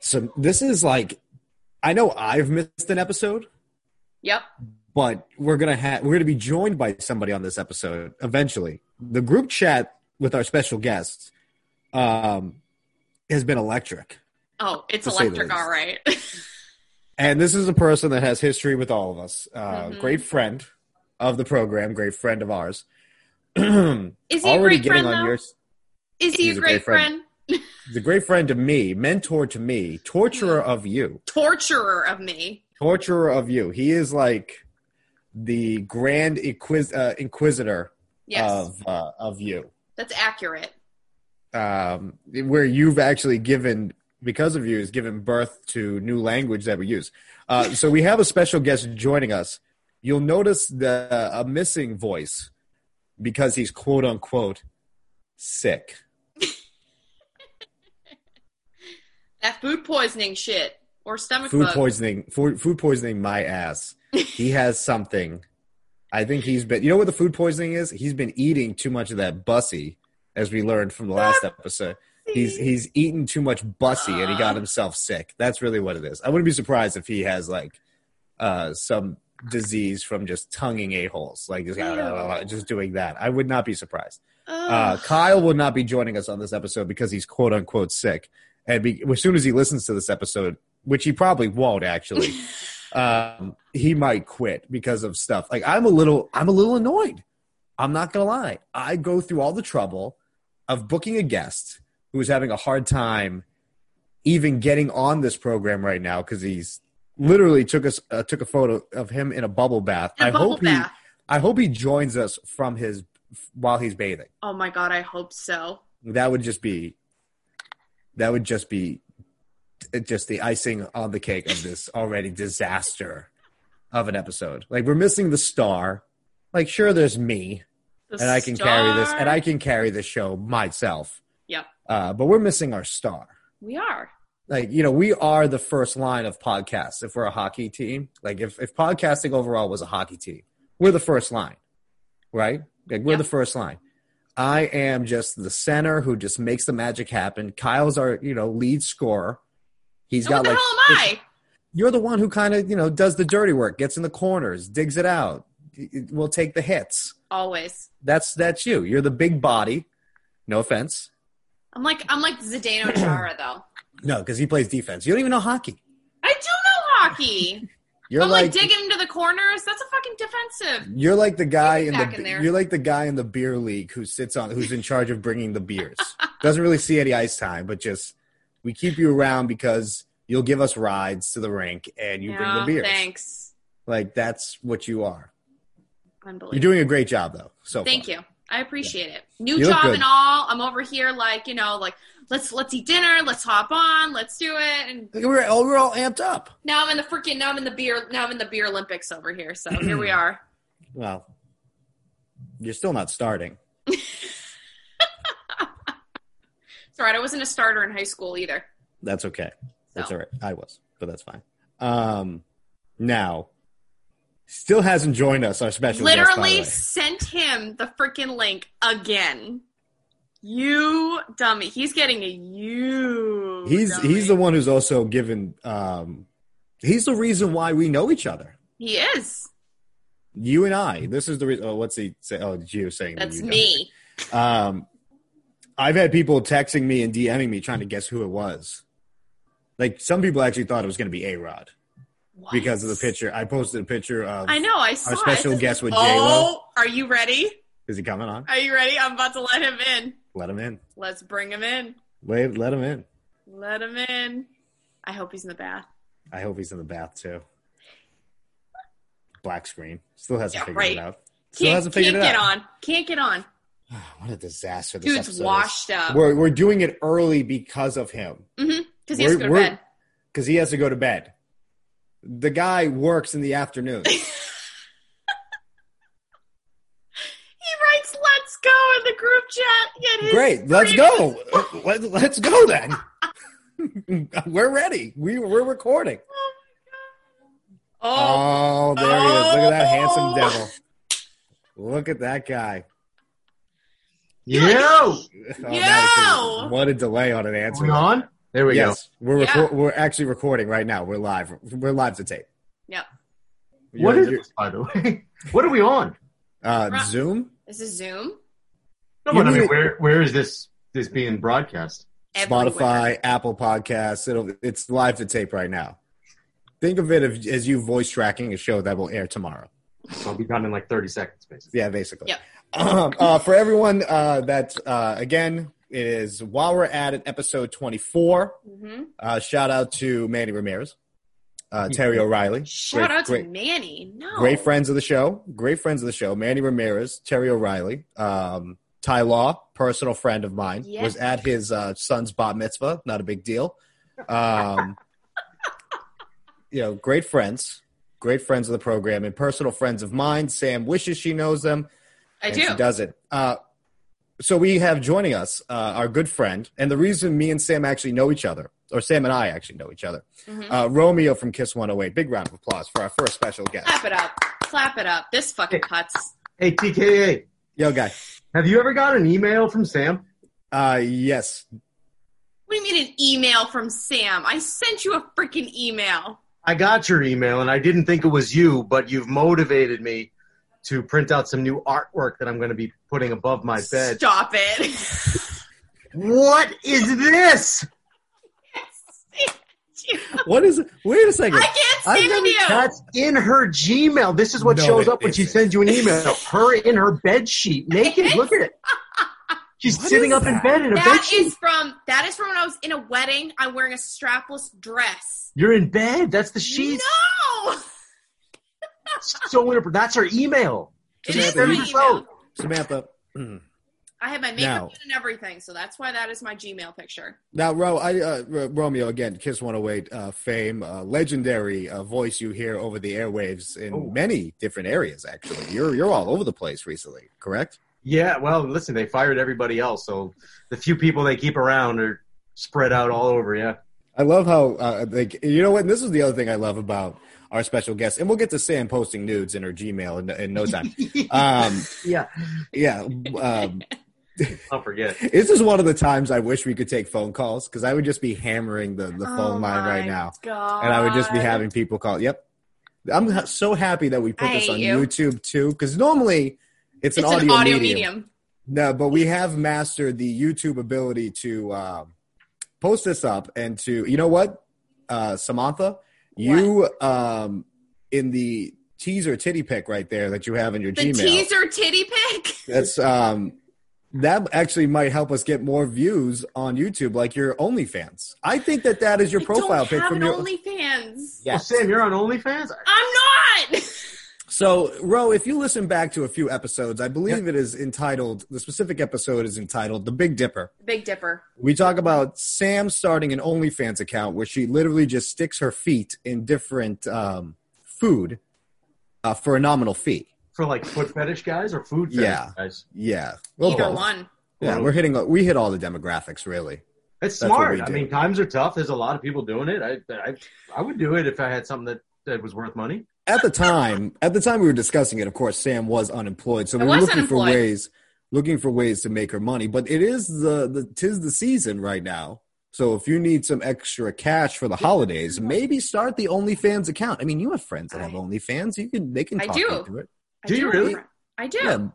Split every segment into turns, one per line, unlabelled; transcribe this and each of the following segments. So this is like, I know I've missed an episode,
Yep.
but we're gonna have we're gonna be joined by somebody on this episode eventually. The group chat with our special guests um, has been electric,
Oh, it's
To say the
electric,
least.
all right.
and this is a person that has history with all of us. Uh,
Mhm.
Great friend of the program, great friend of ours. Already
Is he a great
getting
friend?
on
though?
your
Is he a
He's
great, friend?
the great friend to me, mentor to me, torturer of you,
Torturer of me.
torturer of you. He is like the grand inquis- uh, inquisitor
Yes,
of uh, of you,
that's accurate.
um, where you've actually given because of you has given birth to new language that we use. Uh, so we have a special guest joining us. You'll notice the uh, a missing voice because he's quote unquote sick.
That food poisoning shit or stomach
food
bug.
poisoning food, food poisoning my ass he has something i think he's been you know what the food poisoning is he's been eating too much of that bussy as we learned from the last episode he's he's eaten too much bussy and he got himself sick that's really what it is i wouldn't be surprised if he has like uh some disease from just tonguing a-holes like just,
Ew.
just doing that i would not be surprised uh,
Ugh.
Kyle will not be joining us on this episode because he's quote unquote sick. And be, as soon as he listens to this episode, which he probably won't actually, um, he might quit because of stuff. Like I'm a little, I'm a little annoyed. I'm not gonna lie. I go through all the trouble of booking a guest who is having a hard time even getting on this program right now because he's literally took us uh, took a photo of him in a bubble bath.
And
I
a bubble
hope
bath.
he, I hope he joins us from his while he's bathing
Oh my god, I hope so.
that would just be that would just be just the icing on the cake of this already disaster of an episode like we're missing the star like sure there's me
The
and i can carry this
star-
and i can carry the show myself
Yep.
uh, but we're missing our star
We are.
like you know we are the first line of podcasts if we're a hockey team like if, if podcasting overall was a hockey team we're the first line right like we're
Yeah.
the first line i am just the center who just makes the magic happen kyle's our you know lead scorer He's
And
got
what the
like
hell am I?
you're the one who kind of you know does the dirty work gets in the corners digs it out will take the hits
Always.
that's that's you you're the big body no offense
I'm like I'm like Zdeno Chara though.
no because he plays defense you don't even know hockey
I do know hockey.
you're
but like, digging into the corners, that's a fucking defensive.
You're like the guy in
back
the
in there.
you're like the guy in the beer league who sits on who's in charge of bringing the beers. Doesn't really see any ice time, but just we keep you around because you'll give us rides to the rink and you bring the
No,
beers.
Thanks.
Like that's what you are.
Unbelievable.
You're doing a great job though. So
Thank you. I appreciate it. New
You look
job
good.
and all. I'm over here like, you know, like let's let's eat dinner, let's hop on, let's do it. And
you. We're all, we're all amped up.
now I'm in the freaking now I'm in the beer now I'm in the beer Olympics over here. So here we are.
Well, you're still not starting.
It's all right. I wasn't a starter in high school either.
That's okay. That's
So.
all right. I was, but that's fine. Um, now, still hasn't joined us. Our special guest, by the
Literally
way.
sent him the freaking link again. You dummy. He's getting a you.
he's
dummy.
he's the one who's also given um he's the reason why we know each other
He is.
you and i this is the reason oh, what's he say oh it's you saying
That's
you
me.
don't. um i've had people texting me and dming me trying to guess who it was like some people actually thought it was going to be a rod
What?
because of the picture i posted a picture of
I know. I saw it.
special
It's
guest with
like,
J-Lo.
Oh, are you ready?
is he coming on
Are you ready? I'm about to let him in.
let him in
Let's bring him in.
Wait, let him in
Let him in. I hope he's in the bath.
i hope he's in the bath too black screen still hasn't
Yeah,
figured
right.
it out still
Can't,
hasn't figured
can't
it
get
out
on. Can't get on.
what a disaster this
Dude's
episode is.
washed up.
We're we're doing it early because of him,
Because he
we're-
has to go to
we're-
bed.
because he has to go to bed. The guy works in the afternoon.
He writes, let's go in the group chat. Yet his
Great, let's
screen
go. Let, let's go then. we're ready. We we're recording.
Oh,
Oh, there he is. Look at that handsome
Oh.
devil. Look at that guy.
Yo!
Oh, now he's gonna-
Yo.
What a delay on an answer.
Going on? There Oh, we
yes, we're
Yeah.
recor- we're actually recording right now. We're live. We're live to tape.
Yep.
go. What is
You're-
this, by the way? What are we on?
uh,
Right.
Zoom?
This is Zoom.
No,
You
but I
need
mean,
it-
where where is this this being broadcast?
everywhere.
Spotify, Apple Podcasts. It'll it's live to tape right now. Think of it if- as you voice tracking a show that will air tomorrow.
So I'll be done in like thirty seconds, basically.
Yeah, basically.
Yep.
Um, uh, for everyone uh, that uh, again it is while we're at it, episode twenty four.
Mhm.
Uh, shout out to Manny Ramirez, uh, Terry O'Reilly.
Shout
Great-
out to
great-
Manny. No.
Great friends of the show. Great friends of the show. Manny Ramirez, Terry O'Reilly, um, Ty Law, personal friend of mine,
Yeah.
was at his uh, son's bat mitzvah. Not a big deal. Um, you know, great friends. Great friends of the program and personal friends of mine. Sam wishes she knows them.
I
and
do.
She doesn't. Uh, so we have joining us uh, our good friend, and the reason me and Sam actually know each other, or Sam and I actually know each other,
Mhm.
uh, Romeo from Kiss 108. Big round of applause for our first special guest.
Clap it up. Clap it up. This fucking cuts.
Hey TKA,
Yo, guy.
have you ever got an email from Sam?
Uh, yes.
What do you mean an email from Sam? I sent you a freaking email.
I got your email and I didn't think it was you, but you've motivated me to print out some new artwork that I'm going to be putting above my bed.
Stop it.
What is this?
What is? Wait a second.
I can't
I've
stand
never
you.
That's in her Gmail. This is what
No,
shows
it
up when she
isn't.
sends you an email. Her in her bed sheet, naked. Look at it. She's
What
sitting
is
up in
that?
bed in a bed
That
sheet.
is from that is from when I was in a wedding. I'm wearing a strapless dress.
You're in bed. That's the sheet.
no,
So inappropriate. That's her email.
it
Samantha,
is my
you-
email.
Samantha. mm.
I have my makeup
Now.
on and everything, so that's why that is my Gmail picture.
Now, Ro, I, uh, R- Romeo again, Kiss 108 uh, fame, uh, legendary uh, voice you hear over the airwaves in
Oh.
many different areas. Actually, you're you're all over the place recently, correct?
Yeah. Well, listen, they fired everybody else, so the few people they keep around are spread out all over. Yeah.
I love how uh, like you know what. And this is the other thing I love about our special guest, and we'll get to Sam posting nudes in her Gmail in, in no time. um,
yeah.
yeah, um,
I'll forget.
this is one of the times I wish we could take phone calls because I would just be hammering the the phone
Oh
line
my
right now.
God.
and I would just be having people call. Yep, I'm ha- so happy that we put
I
this
hate
on
you.
YouTube too, because normally it's
It's
an audio, medium.
medium.
No, but we have mastered the YouTube ability to um, post this up and to you know what, uh, Samantha, you um, in the teaser titty pic right there that you have in your
The
Gmail.
teaser titty pic.
That's um, that actually might help us get more views on YouTube, like your OnlyFans. I think that that is your
I
profile
don't
pic
have
from
an
your.
OnlyFans.
Oh, Sam, you're on OnlyFans.
I'm not.
So, Ro, if you listen back to a few episodes, I believe it is entitled, the specific episode is entitled The Big Dipper.
Big Dipper.
We talk about Sam starting an OnlyFans account where she literally just sticks her feet in different um, food uh, for a nominal fee.
For like foot fetish guys or food fetish
Yeah.
guys.
Yeah. Well,
Either
both.
one.
Yeah, we're hitting, we hit all the demographics, really.
It's
That's what
smart.
we
I
do.
mean, times are tough. There's a lot of people doing it. I, I, I would do it if I had something that, that was worth money.
At the time, at the time we were discussing it, of course, Sam was unemployed. So
I
we were
was
looking for
unemployed.
ways, looking for ways to make her money. But it is the, the, tis the season right now. So if you need some extra cash for the holidays, maybe start the OnlyFans account. I mean, you have friends that have
I-
OnlyFans. You can, they can
I
talk
do.
you through it.
I
Do you
have
really?
a- I do.
Um,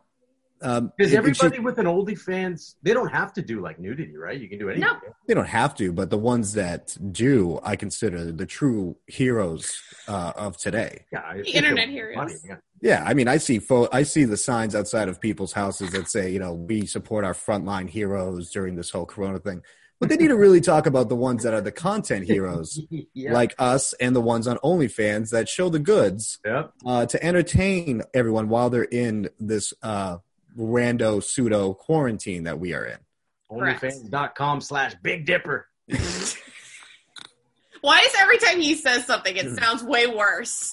it-
Because
it
everybody
should-
with an oldie fans, they don't have to do like nudity, right? You can do anything.
No.
they don't have to, but the ones that do, I consider the true heroes uh, of today.
Yeah,
The internet heroes.
Yeah, I mean, I see fo- I see the signs outside of people's houses that say, you know, we support our frontline heroes during this whole Corona thing. But they need to really talk about the ones that are the content heroes,
yeah.
like us, and the ones on OnlyFans that show the goods
Yep.
uh, to entertain everyone while they're in this uh, rando pseudo quarantine that we are in.
Correct.
OnlyFans.com slash Big Dipper.
Why is every time he says something, it sounds way worse?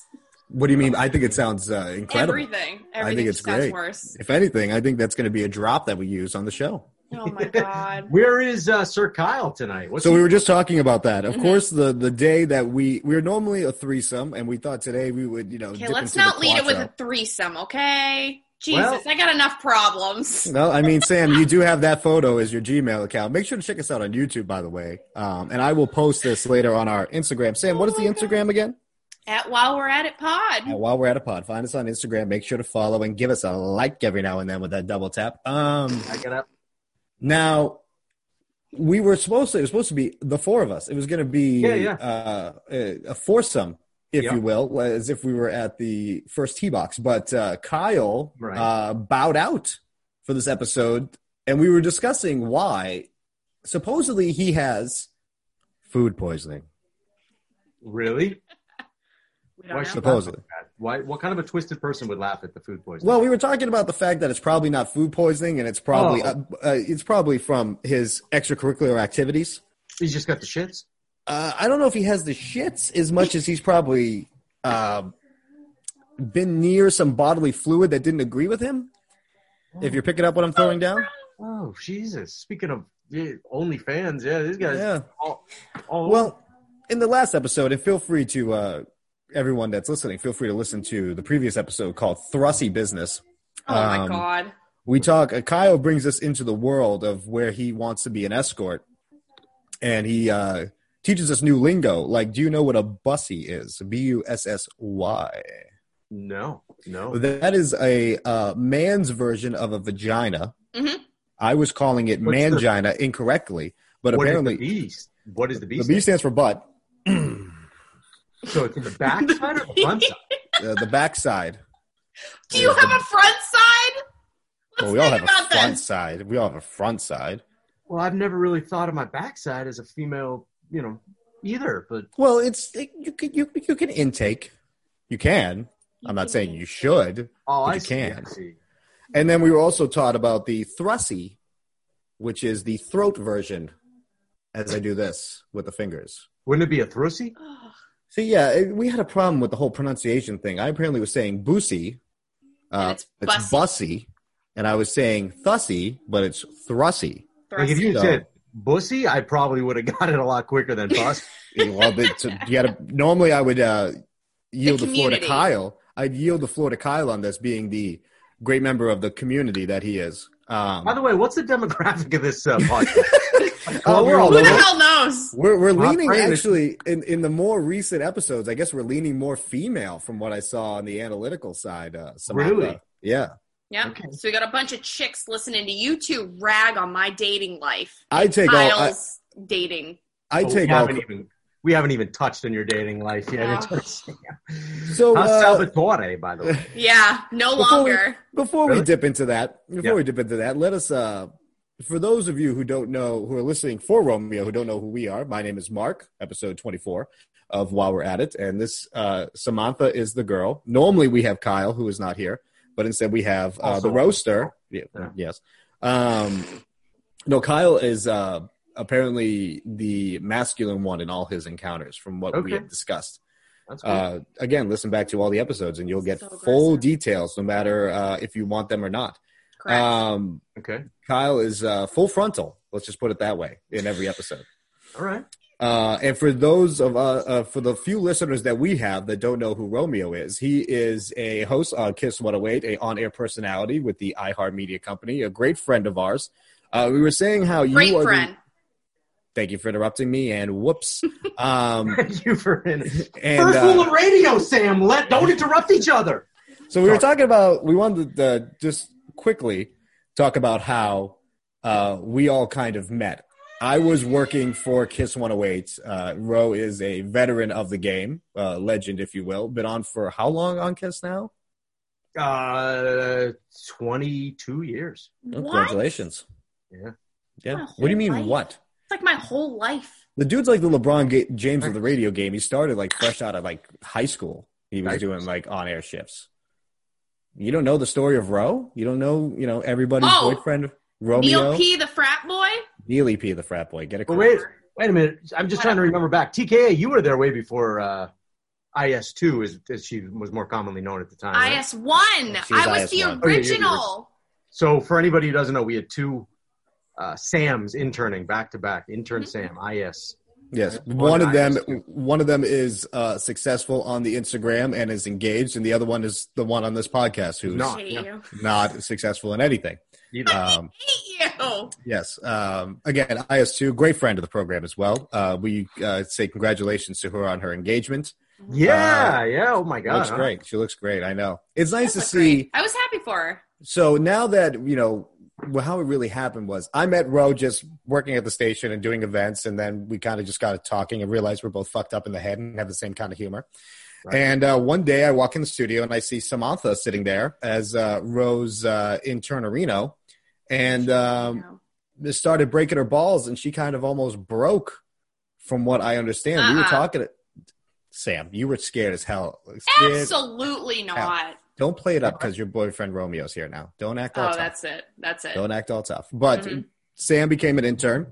What do you mean? I think it sounds uh, incredible.
Everything. Everything
I think it's
just sounds
great.
worse.
If anything, I think that's going to be a drop that we use on the show.
Oh my god.
Where is uh, Sir Kyle tonight? What's
so
he-
we were just talking about that. Of
Mhm.
course, the the day that we we are normally a threesome, and we thought today we would you know.
Okay,
dip
let's
into the
not lead it with a
quattro.
threesome, okay? Jesus,
Well-
I got enough problems.
Well, I mean, Sam, you do have that photo as your Gmail account. Make sure to check us out on YouTube, by the way. Um, and I will post this later on our Instagram. Sam, what is
Oh
the Instagram again?
At while we're at it,
Uh,
pod.
while we're at a pod, find us on Instagram. Make sure to follow and give us a like every now and then with that double tap. Um,
I got up.
now, we were supposed to, it was supposed to be the four of us. It was going to be
Yeah, yeah.
Uh, a a foursome, if
Yeah.
you will, as if we were at the first tee box. But uh, Kyle
Right.
uh, bowed out for this episode, and we were discussing why. Supposedly, he has food poisoning.
Really?
We don't
Why
know.
should-
Supposedly.
Why? What kind of a twisted person would laugh at the food poisoning?
Well, we were talking about the fact that it's probably not food poisoning, and it's probably
Oh.
uh, uh, it's probably from his extracurricular activities.
he's just got the shits.
Uh, I don't know if he has the shits as much as he's probably um been near some bodily fluid that didn't agree with him. If you're picking up what I'm throwing down,
Oh Jesus! Speaking of yeah, OnlyFans, yeah, these guys.
yeah.
All, all
Well, in the last episode, and feel free to uh, everyone that's listening, feel free to listen to the previous episode called Thrussy Business.
Oh my
Um,
god.
we talk uh, kyle brings us into the world of where he wants to be an escort and he uh teaches us new lingo like do you know what a bussy is b-u-s-s-y
no, no.
that is a uh, man's version of a vagina
Mhm.
i was calling it
What's the-
mangina incorrectly but
What is
apparently
the beast? What is the
the
beast?
b stands for butt
So it's the backside or the front side?
uh, the backside
Do you
is the-
have a front side? Let's
well, we all have
think
a
about
front
this.
side we all have a front side
Well, I've never really thought of my backside as a female, you know, either. But
well it's it, you can you, you can intake you can i'm not saying you should
oh,
But
I
you
see,
can.
I see.
And then we were also taught about the thrussy, which is the throat version, as I do this with the fingers.
Wouldn't it be a thrussy?
Ugh.
So yeah, it, we had a problem with the whole pronunciation thing. I apparently was saying boosy,
And
uh,
it's
it's, bussy, and I was saying thussy, but it's thrussy.
Like if you
Thrussy.
said bussy, I probably would have got it a lot quicker than bus.
well, but to- you gotta, normally I would uh, yield the, floor to
community.
Kyle. I'd yield the floor to Kyle on this, being the great member of the community that he is. Um,
By the way, what's the demographic of this uh, podcast?
oh, we're all
Who the
over-
hell knows?
We're we're
Not
leaning
Brandon.
actually in, in the more recent episodes. I guess we're leaning more female from what I saw on the analytical side. Uh, Samantha.
Really?
Yeah.
Yep.
Okay.
So we got a bunch of chicks listening to you two rag on my dating life.
I take all. I,
Kyle's dating.
I
Oh,
take
we
all.
haven't even we haven't even touched on your dating life yet.
Yeah.
It's-
So
How's
uh,
Salvatore, by the way?
Yeah, no
Before we-
longer.
before we
Really?
dip into that, before
Yeah.
we dip into that, let us. Uh, for those of you who don't know, who are listening for Romeo, who don't know who we are, my name is Mark. Episode twenty-four of While We're At It, and this uh, Samantha is the girl. Normally we have Kyle, who is not here, but instead we have uh,
Also
the
on.
roaster. Yeah,
Yeah.
Yes. Um, no, Kyle is uh, apparently the masculine one in all his encounters, from what we
Okay.
have discussed
That's cool.
uh, again, listen back to all the episodes and you'll get
So aggressive.
full details no matter uh, if you want them or not.
Correct.
Um,
okay.
Kyle is uh, full frontal. Let's just put it that way in every episode.
All right.
Uh, and for those of uh, uh, for the few listeners that we have that don't know who Romeo is, he is a host on Kiss 108, a on-air personality with the iHeartMedia company, a great friend of ours. Uh, we were saying how you
Great
are. the-
friend.
thank you for interrupting me. And whoops. Um,
Thank you for in
and
First
uh,
rule of radio, Sam. Let don't interrupt each other.
So we were talking about we wanted to uh, just quickly talk about how uh, we all kind of met. I was working for Kiss 108. Uh, Ro is a veteran of the game, uh, legend, if you will. Been on for how long on Kiss now?
Uh, twenty-two years.
Oh,
What? It's
Congratulations.
Yeah.
Yeah.
My
What do you
whole
mean,
life.
what?
like my whole life.
The dude's like the LeBron ga- James of the radio game. He started like fresh out of like high school. He was
Right.
doing like on air shifts. You don't know the story of Ro? You don't know, you know, everybody's
Oh.
boyfriend, Romeo? Uh-huh.
Neil P, the frat boy.
Neely P, the frat boy. Get it
But
correct.
wait, wait a minute. I'm just trying to remember back. TKA, you were there way before uh, IS2, as, as she was more commonly known at the time. right?
IS one. I
She was
was
IS1.
the
Oh, yeah, yeah, you were-
original.
So for anybody who doesn't know, we had two uh, Sams interning back to back. Intern Sam, IS
Yes,
Right?
one of them.
Organized.
One of them is uh, successful on the Instagram and is engaged, and the other one is the one on this podcast who's
Not,
not,
hate
yeah.
you.
successful in anything.
Either.
Um,
Hate you.
yes. Um, again, IS2, great friend of the program as well. Uh, we uh, say congratulations to her on her engagement.
yeah, yeah. Oh my god,
looks
huh?
great. She looks great. I know. It's nice
Does
to
look
see.
great. I was happy for her.
So now that you know well, how it really happened was, I met Ro just working at the station and doing events, and then we kind of just got to talking and realized we're both fucked up in the head and have the same kind of humor.
Right.
And uh, one day I walk in the studio and I see Samantha sitting there as uh, Ro's uh, intern Reno, and um, just started breaking her balls, and she kind of almost broke, from what I understand. We were
Uh-uh.
talking. Sam, you were scared as hell.
No.
Scared.
absolutely not.
Don't play it up because your boyfriend Romeo's here now. Don't act all
Oh,
tough.
that's it. That's it.
Don't act all tough. But
Mhm.
Sam became an intern.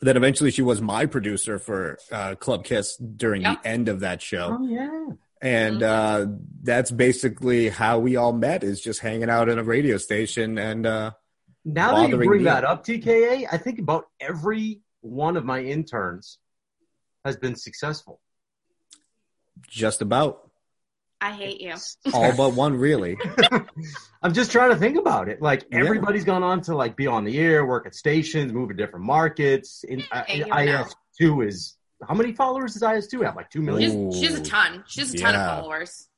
Then eventually she was my producer for uh, Club Kiss during
Yep. Uh-huh. Mm-hmm.
the end of that show.
Oh yeah.
And uh, that's basically how we all met is just hanging out at a radio station. And uh,
Now that you
Bothering
bring
me.
that up, TKA, I think about every one of my interns has been successful.
just about
I hate you.
all but one, really.
I'm just trying to think about it. Like
Yeah.
everybody's gone on to like be on the air, work at stations, move to different markets. In,
Yeah, you know.
IS two is how many followers does IS two have? Like two million.
She's, she has a
Ooh.
ton. She has a ton
Yeah.
of followers.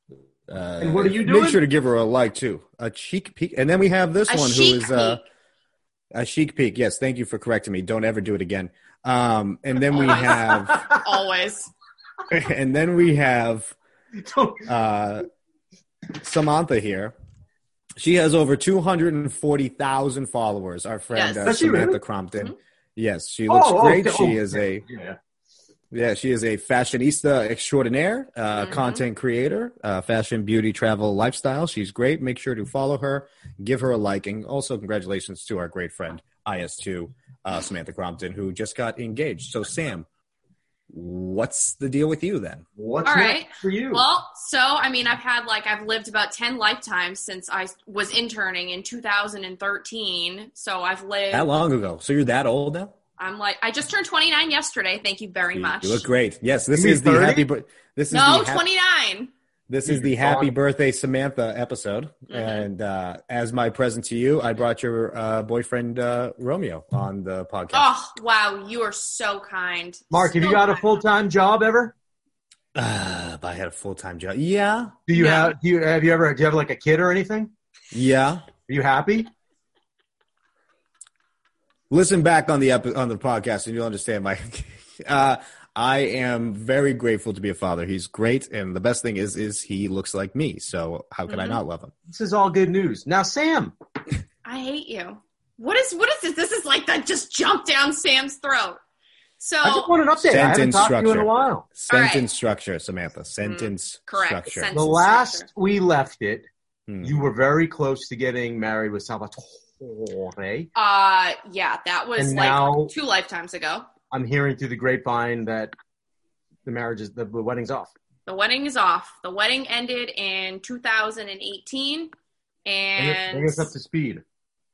Uh,
And what are you doing?
Make sure to give her a like, too. A cheek peek. And then we have this
A
one who
chic
is uh,
peak.
a chic peek. Yes, thank you for correcting me. Don't ever do it again. Um, and then we have,
always.
and then we have
Don't-
uh, Samantha here. She has over 240,000 followers, our friend
Yes.
uh,
Does she
Samantha
really? Mm-hmm.
Crompton.
Mhm.
Yes, she looks
Oh, oh,
great.
oh,
she is a
yeah.
yeah, she is a fashionista extraordinaire, uh,
Mm-hmm.
Mhm.
content creator, uh, fashion, beauty, travel, lifestyle. She's great. Make sure to follow her, give her a like, and also congratulations to our great friend IS2 uh, Samantha Crompton, who just got engaged. So Sam, what's the deal with you then?
What's
All
next
right.
for you?
Well, so I mean, I've had like I've lived about ten lifetimes since I was interning in 2013. So I've lived.
That long ago? So you're that old now?
I'm like I just turned 29 yesterday. Thank you very
You-
much.
You look great. Yes, this
You mean
is the
30?
happy. bir- This is
no,
the hap-
29.
This is the happy birthday Samantha episode.
Mm-hmm.
And uh, as my present to you, I brought your uh, boyfriend uh, Romeo on the podcast.
Oh wow, you are so kind.
Mark, have
So
you got a
kind.
full time job ever?
Uh, if I had a full time job, yeah,
Do you
No.
have? Do you have you ever? Do you have like a kid or anything?
yeah.
Are you happy?
Listen back on the epi- on the podcast, and you'll understand my. uh, I am very grateful to be a father. He's great, and the best thing is, is he looks like me. So how could I
Mhm.
not love him?
This is all good news. Now, Sam,
I hate you. What is what is this? This is like that just jumped down Sam's throat. So
I just want an update. I haven't
Sentence
talked to you in a
structure.
while.
Sentence
All right. Mm-hmm.
structure, Samantha. Sentence
correct.
structure.
Sentence.
The
Sentence
last
structure.
we left it,
Hmm.
you were very close to getting married with Salvatore.
uh yeah, that was
And
like
now-
two lifetimes ago.
I'm hearing through the grapevine that the marriage is the, the wedding's off.
The wedding is off. The wedding ended in 2018
Bring us-
and
bring us up to speed.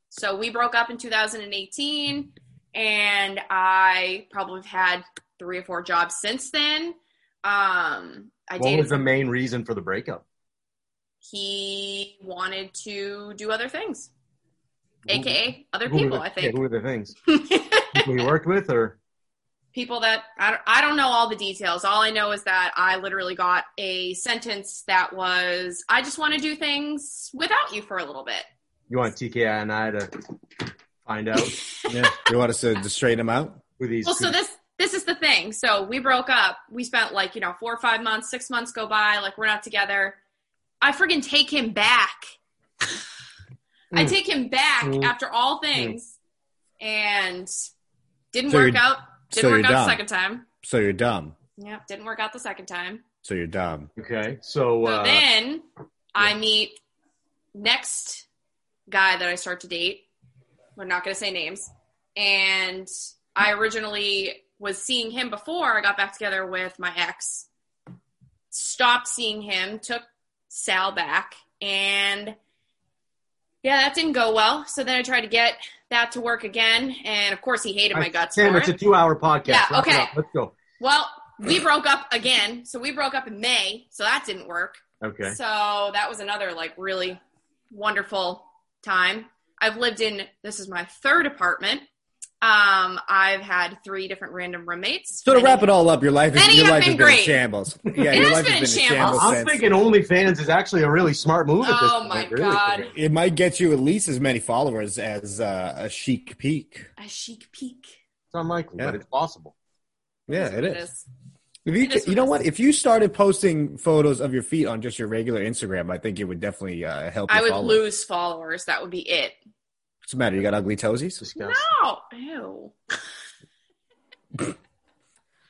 So we broke up in 2018, and I probably have had three or four jobs since then. Um, I
What was
dated.
the main reason for the breakup?
he wanted to do other things, aka other
Who were
people.
the-
I
yeah, who
think
were the things? People you worked with, or
people that I don't, I don't know all the details. All I know is that I literally got a sentence that was, "I just want to do things without you for a little bit."
you want TKI and I to find out
Yeah. You want us to, to straighten him out?
who these?
Well, so this this is the thing. So we broke up. We spent like you know four or five months, six months go by. Like we're not together. I friggin' take him back. I
Mm.
take him back
Mm.
after all things, and didn't
So
work
you're-
out.
so
Didn't
you're
work out
dumb.
the second time.
So you're dumb.
Yeah, didn't work out the second time.
So you're dumb.
okay,
So
so uh,
then I meet next guy that I start to date. We're not going to say names. And I originally was seeing him before I got back together with my ex. Stopped seeing him, took Sal back, and yeah, that didn't go well. So then I tried to get that to work again, and of course he hated my guts
Sam,
for
it's a
it.
two-hour podcast.
Yeah,
Wrap it
okay.
up. Let's go.
Well, we broke up again. So we broke up in May. So that didn't work.
Okay.
So that was another like really wonderful time. I've lived in this is my third apartment. Um, I've had three different random roommates.
So to
Many-
wrap it all up, your life
Many
is your
have
life has
been
been in
great.
shambles. Yeah,
It
your
has
life has
been
been
in
in
shambles.
shambles.
I'm
since.
thinking OnlyFans is actually a really smart move at this
Oh
point.
my
really.
God.
It might get you at least as many followers as uh, a chic peak.
a chic peak.
It's unlikely,
Yeah.
but it's possible.
Yeah, it
It
is.
is.
If you,
It is
you know
what
what? If you started posting photos of your feet on just your regular Instagram, I think it would definitely uh, help.
I
your
would
followers.
lose followers. That would be it.
What's the matter? You got ugly toesies?
Disgusting.
Oh, ew.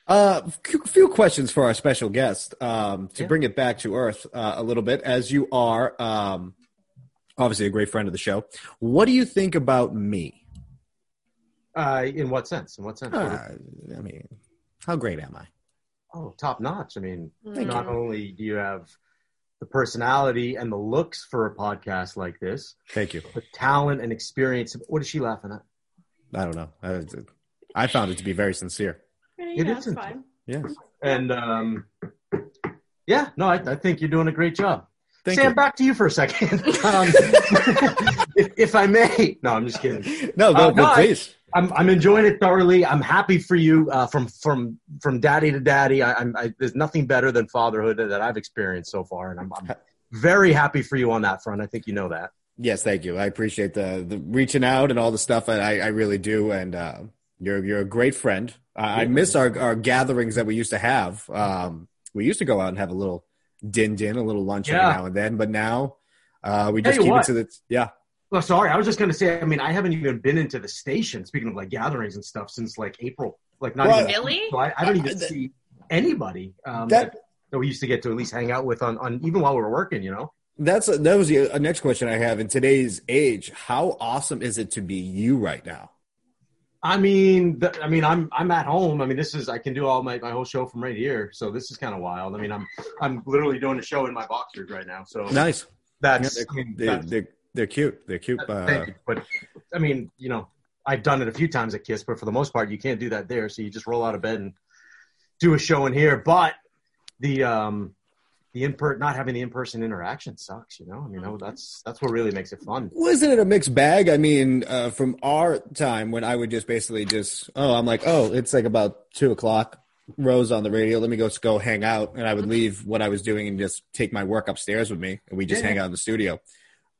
Uh, few- few questions for our special guest um, to
Yeah.
bring it back to earth uh, a little bit, as you are um, obviously a great friend of the show. What do you think about me?
Uh, in what sense? In what sense?
Uh, I mean, how great am I?
oh, top notch. I mean,
Thank
not
Mm.
only do you have the personality and the looks for a podcast like this,
Thank you.
but talent and experience. What is she laughing at?
I don't know. I, I found it to be very sincere.
Yeah,
It
it's
isn't.
fine.
Yes.
And um, yeah, no, I, I think you're doing a great job.
Thank
Sam,
you.
back to you for a second, um, if, if I may. No, I'm just kidding.
No, go,
Uh,
go,
no, I-
please.
I'm, I'm enjoying it thoroughly. I'm happy for you uh, from from from daddy to daddy. I, I'm, I, there's nothing better than fatherhood that I've experienced so far, and I'm, I'm very happy for you on that front. I think you know that.
Yes, thank you. I appreciate the, the reaching out and all the stuff. and I, I really do. And uh, you're you're a great friend. I, I miss our, our gatherings that we used to have. Um, we used to go out and have a little din din, a little lunch
Yeah.
every now and then. But now uh, we
Tell
just
you
keep
what.
it to the yeah.
Well, sorry, I was just going to say. I mean, I haven't even been into the station. Speaking of like gatherings and stuff, since like April, like not
Well,
even.
Really?
So I, I don't even
Uh, that-
see anybody um,
That-
that, that we used to get to at least hang out with on, on even while we were working. You know,
That's that was the uh, next question I have. In today's age, how awesome is it to be you right now?
I mean, the, I mean, I'm I'm at home. I mean, this is I can do all my, my whole show from right here. So this is kind of wild. I mean, I'm I'm literally doing a show in my boxers right now. So
Nice.
that's,
Yeah,
I mean,
They're,
that's-
they're, they're cute. They're cute. Uh,
thank you. But I mean, you know, I've done it a few times at Kiss, but for the most part, you can't do that there. So you just roll out of bed and do a show in here. But the um, the in per- not having the in person interaction sucks. You know, I mean, oh, that's that's what really makes it fun.
Wasn't it a mixed bag? I mean, uh, from our time when I would just basically just, oh, I'm like, oh, it's like about two o'clock. Rose on the radio. Let me go go hang out, and I would leave what I was doing and just take my work upstairs with me, and we just
Yeah.
hang out in the studio.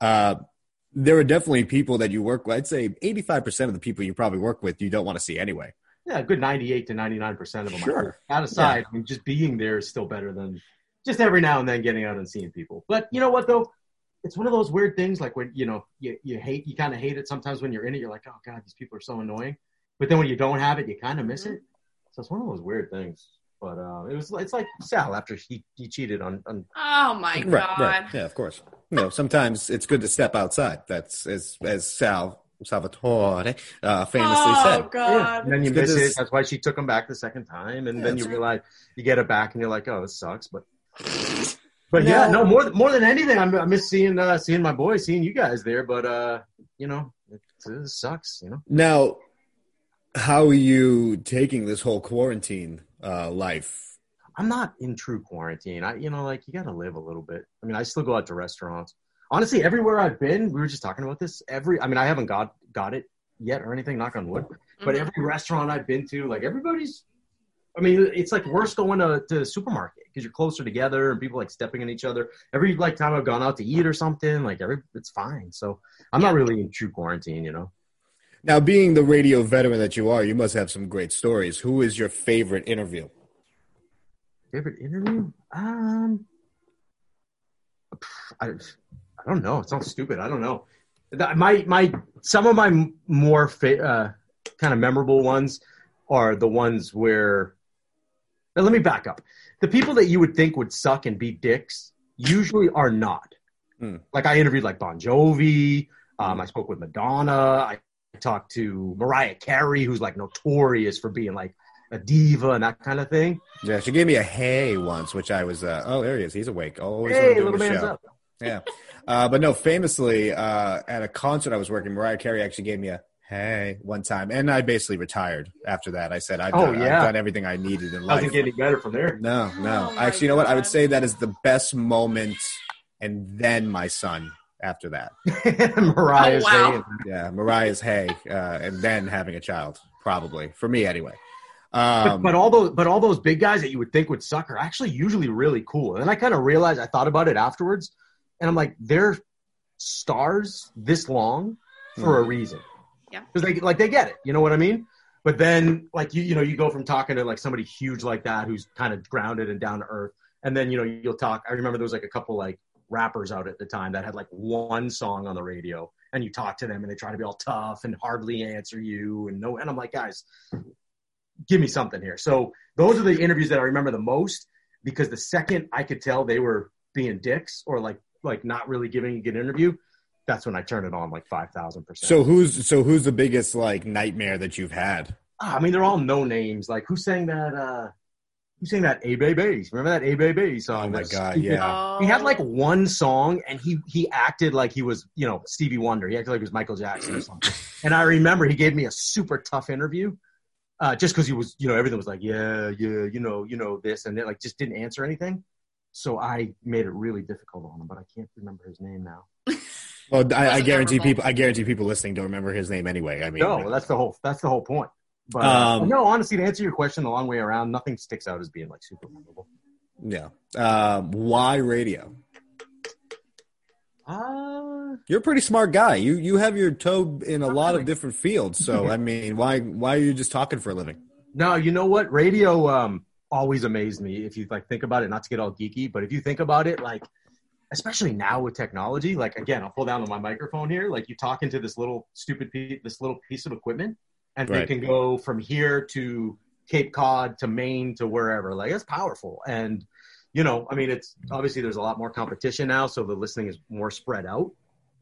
Uh, there are definitely people that you work with. I'd say 85% of the people you probably work with, you don't want to see anyway.
Yeah, a good ninety-eight to ninety-nine percent of them.
Sure.
Out of sight. I mean, just being there is still better than just every now and then getting out and seeing people. But you know what though, it's one of those weird things. Like when you know you, you hate, you kind of hate it sometimes when you're in it. You're like, oh god, these people are so annoying. But then when you don't have it, you kind of miss it. So it's one of those weird things. But uh, it was it's like Sal after he, he cheated on, on
Oh my god.
Right, right. Yeah, of course. You know, sometimes it's good to step outside. That's as, as Sal Salvatore uh, famously said.
Oh
Yeah,
god.
And then you
It's good
miss
to
it.
s-
That's why she took him back the second time, and
Yeah,
then
that's
you
right.
realize you get it back, and you're like, "Oh, this sucks." But but
No.
yeah, no more th- more than anything, I'm, I miss seeing uh, seeing my boys, seeing you guys there. But uh, you know, it, it sucks. You know,
Now, how are you taking this whole quarantine uh, life?
I'm not in true quarantine. I you know, like you gotta live a little bit. I mean, I still go out to restaurants. Honestly, everywhere I've been, we were just talking about this. Every I mean, I haven't got got it yet or anything. Knock on wood.
Mm-hmm.
but every restaurant I've been to, like everybody's, I mean, it's like worse going to, to the supermarket because you're closer together and people like stepping in each other. Every like time I've gone out to eat or something, like every it's fine. So I'm not really in true quarantine, you know.
Now, being the radio veteran that you are, you must have some great stories. Who is your favorite interview?
Favorite interview? Um, I, I don't know. It sounds stupid. I don't know. That- My my some of my m- more fa- uh, kind of memorable ones are the ones where. Now, let me back up. The people that you would think would suck and be dicks usually are not.
Hmm.
Like I interviewed like Bon Jovi. Um, I spoke with Madonna. I talked to Mariah Carey, who's like notorious for being like a diva and that kind of thing.
Yeah, she gave me a hey once, which I was, uh, oh, there he is. He's awake. Always
Hey,
doing
little
the
man's
show.
up.
Yeah. Uh, but no, famously, uh, at a concert I was working, Mariah Carey actually gave me a hey, one time. And I basically retired after that. I said, I've,
Oh,
done,
yeah.
I've done everything I needed in life.
Doesn't get any better from there.
No, no.
Oh my
Actually, you know what? I would
God.
say that is the best moment, and then my son after that.
Mariah's
Oh, wow.
saying,
Yeah, Mariah's Hay, uh, and then having a child, probably for me anyway.
but,
Um,
but all those but all those big guys that you would think would suck are actually usually really cool. And then I kind of realized I thought about it afterwards, and I'm like, they're stars this long for a
Hmm.
reason.
Yeah.
because they like they get it. You know what I mean? But then like you you know you go from talking to like somebody huge like that who's kind of grounded and down to earth, and then you know you'll talk. I remember there was like a couple like rappers out at the time that had like one song on the radio. And you talk to them, and they try to be all tough and hardly answer you, and no. And I'm like, guys, give me something here. So those are the interviews that I remember the most because the second I could tell they were being dicks or like like not really giving a good interview, that's when I turned it on like five thousand percent.
so who's so who's the biggest like nightmare that you've had?
Ah, I mean, they're all no names. Like who sang that? uh Who sang that? A Bay Bays. Remember that A Bay Bays song?
Oh my
That
God,
stupid-
yeah.
Oh.
He had like one song, and he he acted like he was you know Stevie Wonder. He acted like he was Michael Jackson or something. and I remember he gave me a super tough interview, uh, just because he was you know everything was like yeah yeah you know you know this and that like just didn't answer anything. So I made it really difficult on him, but I can't remember his name now.
Well, I, I
Wasn't
guarantee
memorable.
people. I guarantee people listening don't remember his name anyway. I mean,
No, that's the whole that's the whole point. But uh,
Um,
no, honestly, to answer your question the long way around, nothing sticks out as being like super memorable.
yeah. Um, why radio?
Uh,
You're a pretty smart guy. You you have your toe in a lot of different fields. So I mean, why why are you just talking for a living?
no, you know what? Radio um always amazed me. If you like think about it, not to get all geeky, but if you think about it, like especially now with technology, like again, I'll pull down on my microphone here. Like you talk into this little stupid piece, this little piece of equipment, and
Right.
they can go from here to Cape Cod to Maine to wherever. Like that's powerful. And you know, I mean, it's obviously there's a lot more competition now, so the listening is more spread out.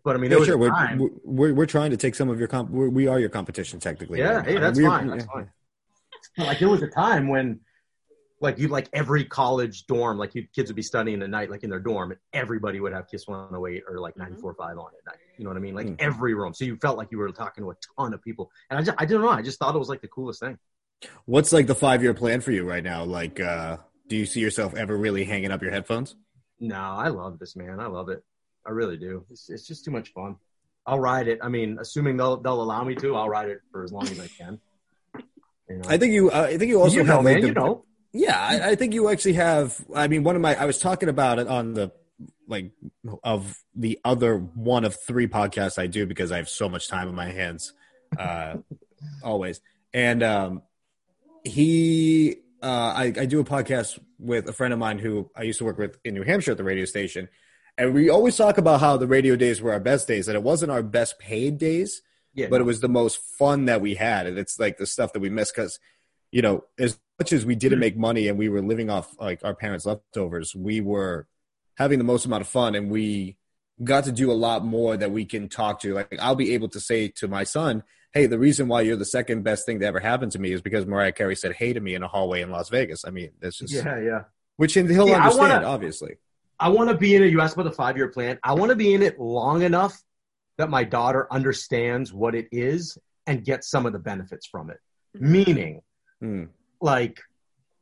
But I mean, there
Yeah,
was
sure.
a
We're,
time-
we're- we're we're trying to take some of your comp. We're, we are your competition technically.
Yeah,
right now.
hey, that's
We-
fine. That's
yeah.
fine. But, like there was a time when, like you like every college dorm, like you kids would be studying at night, like in their dorm, and everybody would have Kiss 108 or like 945 on at night. You know what I mean? Like
Mhm.
every room, so you felt like you were talking to a ton of people. And I just, I don't know, I just thought it was like the coolest thing.
What's like the five year plan for you right now? Like, uh, do you see yourself ever really hanging up your headphones?
No, I love this man. I love it. I really do. It's, it's just too much fun. I'll ride it. I mean, assuming they'll they'll allow me to, I'll ride it for as long as I can. You know?
I think you. Uh, I think you also
you know,
have like,
man,
the-
you know.
Yeah, I, I think you actually have. I mean, one of my. I was talking about it on the like of the other one of three podcasts I do because I have so much time on my hands, uh, always. And um, he, uh, I, I do a podcast with a friend of mine who I used to work with in New Hampshire at the radio station, and we always talk about how the radio days were our best days, and it wasn't our best paid days,
Yeah,
but it was the most fun that we had and it's like the stuff that we miss because you know as much as we
Mm-hmm.
didn't make money and we were living off like our parents leftovers we were having the most amount of fun and we got to do a lot more that we can talk to like i'll be able to say to my son hey the reason why you're the second best thing that ever happened to me is because mariah carey said hey to me in a hallway in las vegas i mean that's just
yeah, yeah.
which he'll understand
Yeah, I wanna-
obviously
I want to be in it. You asked about the five year plan. I want to be in it long enough that my daughter understands what it is and gets some of the benefits from it. Meaning,
Hmm.
like,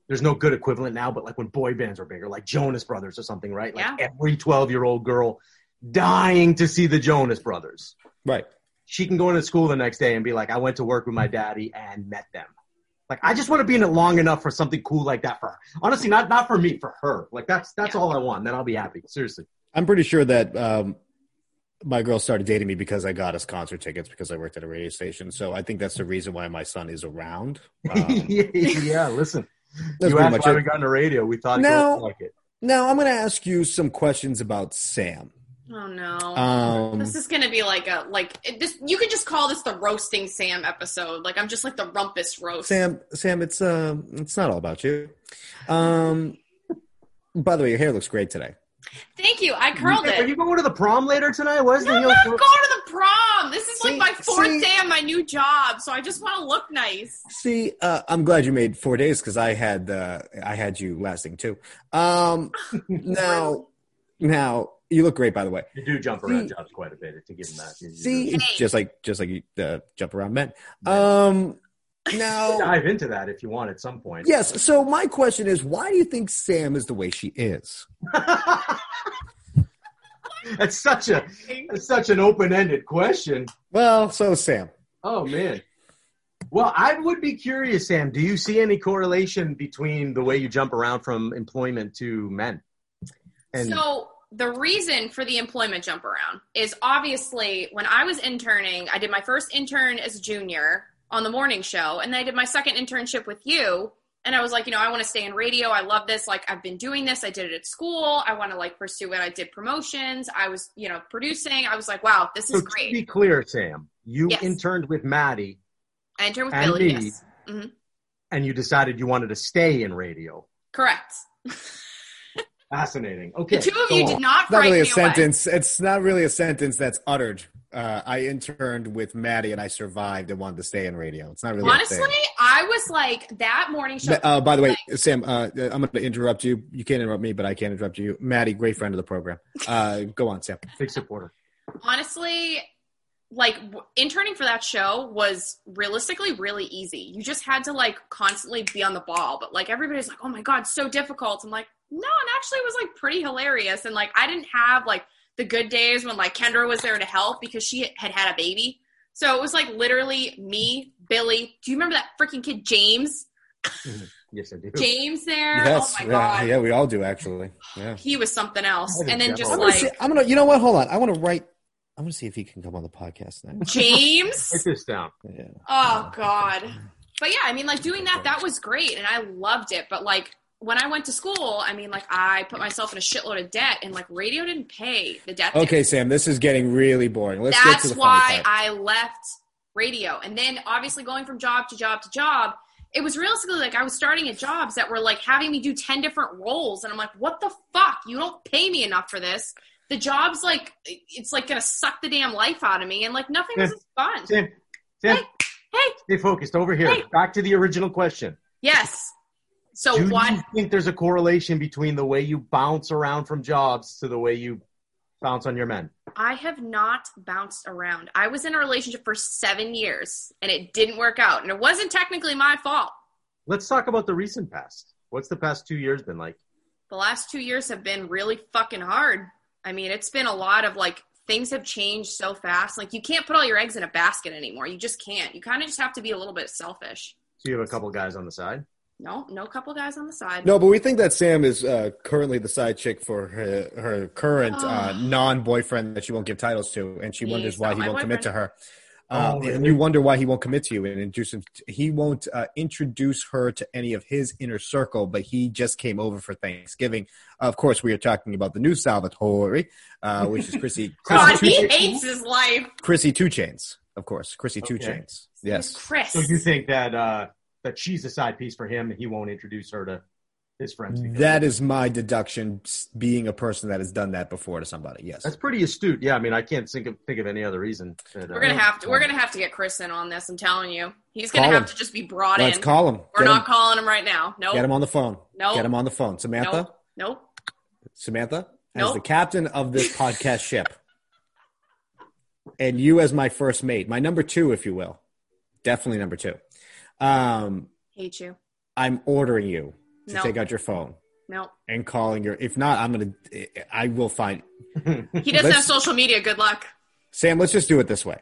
there's no good equivalent now, but like when boy bands were bigger, like Jonas Brothers or something, right? Like every 12 year old girl dying to see the Jonas Brothers.
right
She can go into school the next day and be like, I went to work with my daddy and met them. Like I just want to be in it long enough for something cool like that for her. Honestly, not not for me, for her. Like that's that's all I want. Then I'll be happy. Seriously.
I'm pretty sure that um, my girl started dating me because I got us concert tickets because I worked at a radio station. So I think that's the reason why my son is around. Um,
yeah, listen.
that's
you
pretty
asked
much
why we
it.
got on the radio. We thought
No.
it was like it.
Now I'm going to ask you some questions about Sam.
Oh no.
Um,
this is gonna be like a like it- this. You could just call this the roasting Sam episode. Like I'm just like the rumpus roast.
Sam, Sam, it's um, it's not all about you. Um, by the way, your hair looks great today.
Thank you. I curled
Are
it.
you going to the prom later tonight? Where's
No,
the
I'm
heel?
not going to the prom. This is
See-
like my fourth
see-
day on my new job, so I just want to look nice.
See, uh, I'm glad you made four days because I had uh, I had you lasting two. Um, now, now You look great, by the way.
You do jump around jobs quite a bit to give them that. You- you
See,
do.
it's just like just like you uh, jump around men.
Yeah.
Um, now,
dive into that if you want at some point.
yes. So my question is, why do you think Sam is the way she is?
that's such a that's such an open ended question.
Well, so Sam.
Oh man. Well, I would be curious, Sam. Do you see any correlation between the way you jump around from employment to men?
so the reason for the employment jump around is obviously when I was interning, I did my first intern as a junior on the morning show, and then I did my second internship with you. And I was like, you know, I want to stay in radio. I love this. Like, I've been doing this. I did it at school. I want to like pursue it. I did promotions. I was, you know, producing. I was like, wow, this
so
is
to
great.
be clear, Sam, you
Yes.
interned with Maddie
I interned with
and
Billy.
me.
Yes,
and you decided you wanted to stay in radio.
correct.
Fascinating. Okay.
The two of
go
you
on.
did not
It's not
frighten
really a
me away.
sentence. It's not really a sentence that's uttered. Uh, I interned with Maddie and I survived and wanted to stay in radio. It's not really A
Honestly,
thing.
I was like that morning show.
Ma- Uh, by the way, Sam, uh, I'm going to interrupt you. You can't interrupt me, but I can't interrupt you. Maddie, great friend of the program. Uh, go on, Sam.
Oh
Big supporter.
honestly like w- interning for that show was realistically really easy you just had to like constantly be on the ball but like everybody's like oh my god so difficult i'm like no it actually was like pretty hilarious and like i didn't have like the good days when like kendra was there to help because she had had a baby so it was like literally me billy do you remember that freaking kid james
Yes, I do.
james there
Yes,
oh my
yeah,
god
yeah, we all do actually. Yeah.
he was something else
What a
and then just
devil.
I'm
I'm
gonna,
like
see, I'm gonna. You know what? Hold on. I want to write. I'm gonna see if he can come on the podcast now.
james
Write this down.
Yeah.
Oh God. But yeah, I mean like doing that that was great and I loved it, but like when I went to school, I mean like I put myself in a shitload of debt and like radio didn't pay the debt. that-
Okay, Sam. This is getting really boring. Let's get to
That's
the
why
funny part.
I left radio. And then obviously going from job to job to job, it was realistically like I was starting at jobs that were like having me do 10 different roles and I'm like, "What the fuck? You don't pay me enough for this." The job's like it's like going to suck the damn life out of me and like nothing was
Yeah.
as fun.
Sam, Sam,
Hey,
stay focused over here.
Hey.
Back to the original question.
yes. So
do
what
you think there's a correlation between the way you bounce around from jobs to the way you bounce on your men?
I have not bounced around. I was in a relationship for seven years and it didn't work out. And it wasn't technically my fault.
Let's talk about the recent past. What's the past two years been like?
The last two years have been really fucking hard. I mean, it's been a lot of like things have changed so fast. Like, you can't put all your eggs in a basket anymore. You just can't. You kind of just have to be a little bit selfish.
So you have a couple guys on the side.
No, no couple guys on the side.
No, but we think that Sam is uh, currently the side chick for her, her current uh,
Oh.
non-boyfriend that she won't give titles to, and she
He's
wonders why
not
he
my
won't commit
boyfriend.
to her. Uh,
Oh,
And
really?
you wonder why he won't commit to you, and introduce him he won't uh, introduce her to any of his inner circle. But he just came over for Thanksgiving. Of course, we are talking about the new Salvatore, uh, which is Chrissy,
God,
Chrissy,
he hates his life.
Chrissy Two Chains. Of course, Chrissy Two
Okay.
Chains. Yes,
Chris.
So you think that uh, that she's a side piece for him, and he won't introduce her to his friends? because-
that is my deduction. s- Being a person that has done that before to somebody. Yes.
that's pretty astute. Yeah, I mean, I can't think of think of any other reason. That, uh,
We're gonna have to. We're gonna have to get Chris in on this. I'm telling you, he's gonna
Call
have
him.
to just be brought
Let's
in.
call him. Get
We're not
him.
calling him right now. No,
Get him on the phone.
Nope.
Get him on the phone. Samantha.
nope, nope.
Samantha, as
Nope.
the captain of this podcast ship, and you as my first mate, my number two, if you will, definitely number two. Um,
Hate you.
I'm ordering you to
No,
take out your phone
no.
and calling your. If not, I'm gonna. I will find
He doesn't have
Let's-
social media. Good luck.
Sam. Let's just do it this way.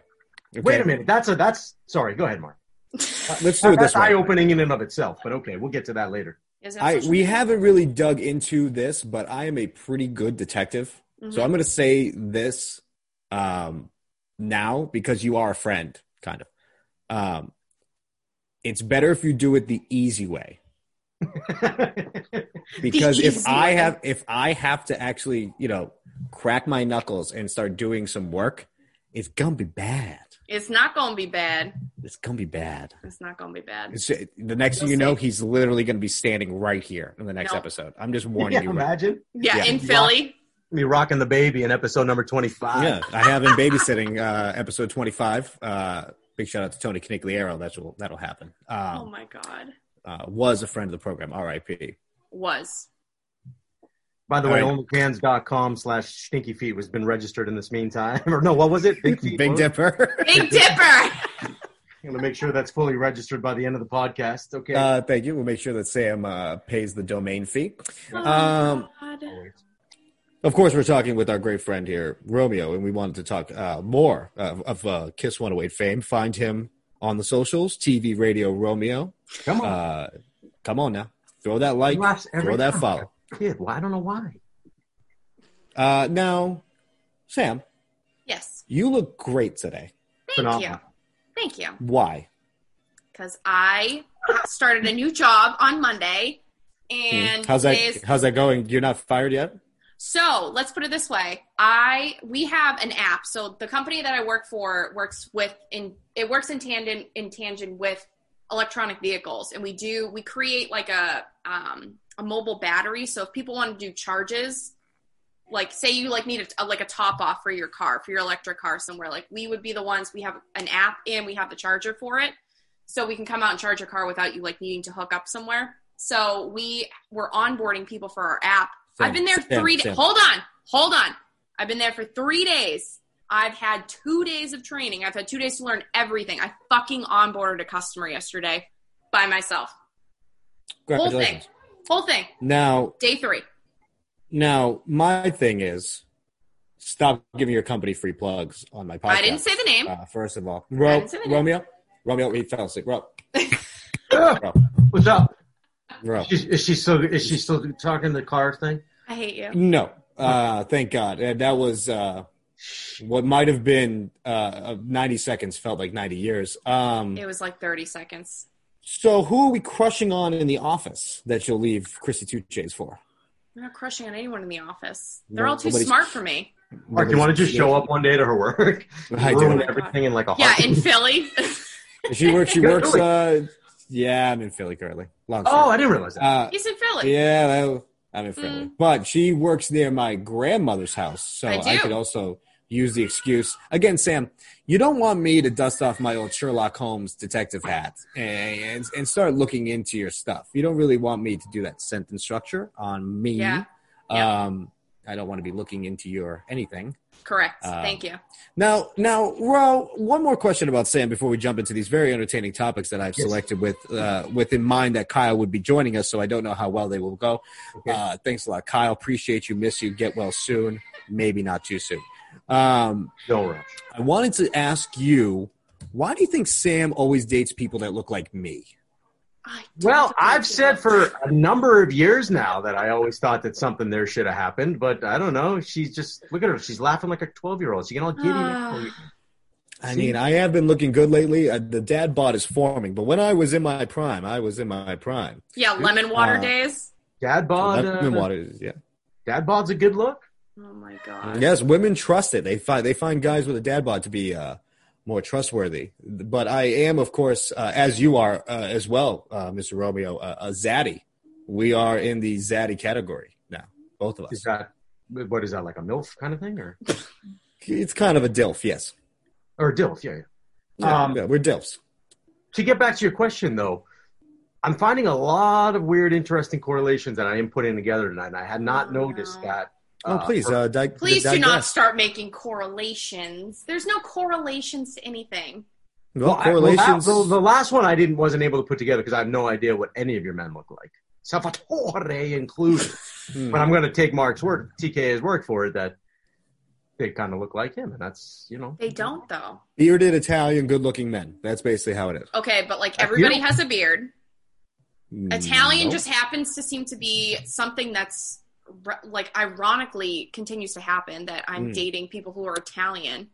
Okay?
Wait a minute. That's a that's sorry. Go ahead, Mark.
Let's do it this
that's
way.
eye opening in and of itself. But okay, we'll get to that later.
He doesn't have
I
social
we
media.
haven't really dug into this, but I am a pretty good detective. So
Mhm.
I'm going to say this um, now because you are a friend, kind of. Um, it's better if you do it the easy way because if
easy
I
way.
have if I have to actually you know crack my knuckles and start doing some work, it's gonna be bad.
It's not gonna be bad.
It's gonna be bad.
It's not gonna be bad.
It's, the next thing
You'll
you know,
see.
he's literally gonna be standing right here in the next
No.
episode. I'm just warning
yeah,
you. Right.
imagine
Yeah,
yeah.
in Philly.
me rocking the baby in episode number twenty five.
Yeah, I have him babysitting uh, episode 25. Uh, big shout out to Tony Canigliaro. That's what that'll happen. Um,
oh my god.
uh, was a friend of the program, RIP.
Was
By the way,
All
onlycans.com slash stinky feet has been registered in this meantime. or no, what was it? Big feet.
Big
what?
Dipper.
Big Dipper.
I'm gonna make sure that's fully registered by the end of the podcast. Okay.
Uh, thank you. We'll make sure that Sam uh, pays the domain fee. Um,
Oh God.
Always.
Of course, we're talking with our great friend here, Romeo, and we wanted to talk uh, more of, of uh, Kiss 108 fame. Find him on the socials, TV, radio, Romeo.
Come on.
Uh, come on now. Throw that like,
Laughs every
throw that
time.
follow.
Kid, well, I don't know why.
Uh, now, Sam,
Yes.
you look great today.
Thank
Phenomenal.
you. Thank you.
Why?
Because I started a new job on Monday, and
Hmm. how's that?
today's-
How's that going? You're not fired yet.
So let's put it this way: I we have an app. So the company that I work for works with in it works in tandem in tangent with electronic vehicles, and we do we create like a um, a mobile battery. So if people want to do charges, like say you like need a, like a top off for your car for your electric car somewhere, like we would be the ones. We have an app and we have the charger for it, so we can come out and charge your car without you like needing to hook up somewhere. So we were onboarding people for our app.
Sam,
I've been there
Sam,
three days.
Sam.
Hold on, hold on. I've been there for three days. I've had two days of training. I've had two days to learn everything. I fucking onboarded a customer yesterday by myself. Whole thing.
Congratulations.
Whole thing.
Now,
Day three.
now, my thing is, stop giving your company free plugs on my podcast.
I didn't say the name.
Uh, first of all, Ro-
didn't say the name.
Romeo, Romeo, he fell asleep. Ro,
Ah,
Ro,
what's up?
Ro.
Is, is she still is she still talking the car thing?
I hate you.
No, uh, thank God. Uh, That was uh, what might have been uh, uh, 90 seconds felt like 90 years. Um,
It was like 30 seconds.
so, who are we crushing on in the office that you'll leave Chrissy Two Chains for?
I'm not crushing on anyone in the office. They're
No,
all too
nobody's-
smart for me.
Mark, you want to just show up one day to her work?
I
Ruin
do.
everything in like a
Yeah, in
heartbeat.
Philly.
She works. She
You're
works.
Philly.
Uh, yeah, I'm in Philly currently. Long
Oh,
story.
I didn't realize that.
uh,
He's in Philly.
yeah, well, I'm in Philly,
Mm.
but she works near my grandmother's house, so
I
I,
do.
could also use the excuse again. Sam, you don't want me to dust off my old Sherlock Holmes detective hat and and, and start looking into your stuff. You don't really want me to do that sentence structure on me.
Yeah.
Um, I don't want to be looking into your anything.
Correct.
Um,
Thank you.
Now, now, Ro, one more question about Sam before we jump into these very entertaining topics that I've
Yes.
selected with uh, with in mind that Kyle would be joining us. So I don't know how well they will go.
Okay.
Uh, thanks a lot, Kyle. Appreciate you. Miss you. Get well soon. Maybe not too soon. Um,
Don't rush.
I wanted to ask you, why do you think Sam always dates people that look like me?
I don't
Well,
think
I've
you
said
will.
for a number of years now that I always thought that something there should have happened, but I don't know. She's just look at her. She's laughing like a twelve-year-old. She can all giddy. Oh,
Ah.
I
See?
mean, I have been looking good lately. Uh, the dad bod is forming, but when I was in my prime, I was in my prime.
Yeah, lemon water
Uh,
days.
Dad bod.
Lemon
Uh,
water, yeah.
dad bod's a good look.
Oh my god.
Yes, women trust it. They find they find guys with a dad bod to be uh, more trustworthy. But I am, of course, uh, as you are uh, as well, uh, Mr. Romeo, uh, a zaddy. We are in the zaddy category now, both of us.
Is that what is that like a milf kind of thing or
It's kind of a dilf, yes.
or a dilf? Yeah, yeah.
Yeah,
Um,
yeah, we're dilfs.
to get back to your question though i'm finding a lot of weird interesting correlations that i am putting together tonight and i had not
Oh,
noticed
no.
that
Oh,
uh,
please, uh, dig-
Please do not
digress.
start making correlations. There's no correlations to anything.
Well,
I-
correlations.
well, that- the, the last one i didn't wasn't able to put together because i have no idea what any of your men look like salvatore included
Hmm.
but i'm going to take mark's word tka's word for it that they kind of look like him and that's you know
They don't though.
Bearded Italian, good-looking men. That's basically how it is.
Okay, but like
I
everybody
do.
has a beard.
Hmm.
Mm,
Italian
No.
just happens to seem to be something that's r- like ironically continues to happen that I'm
Mm.
dating people who are Italian.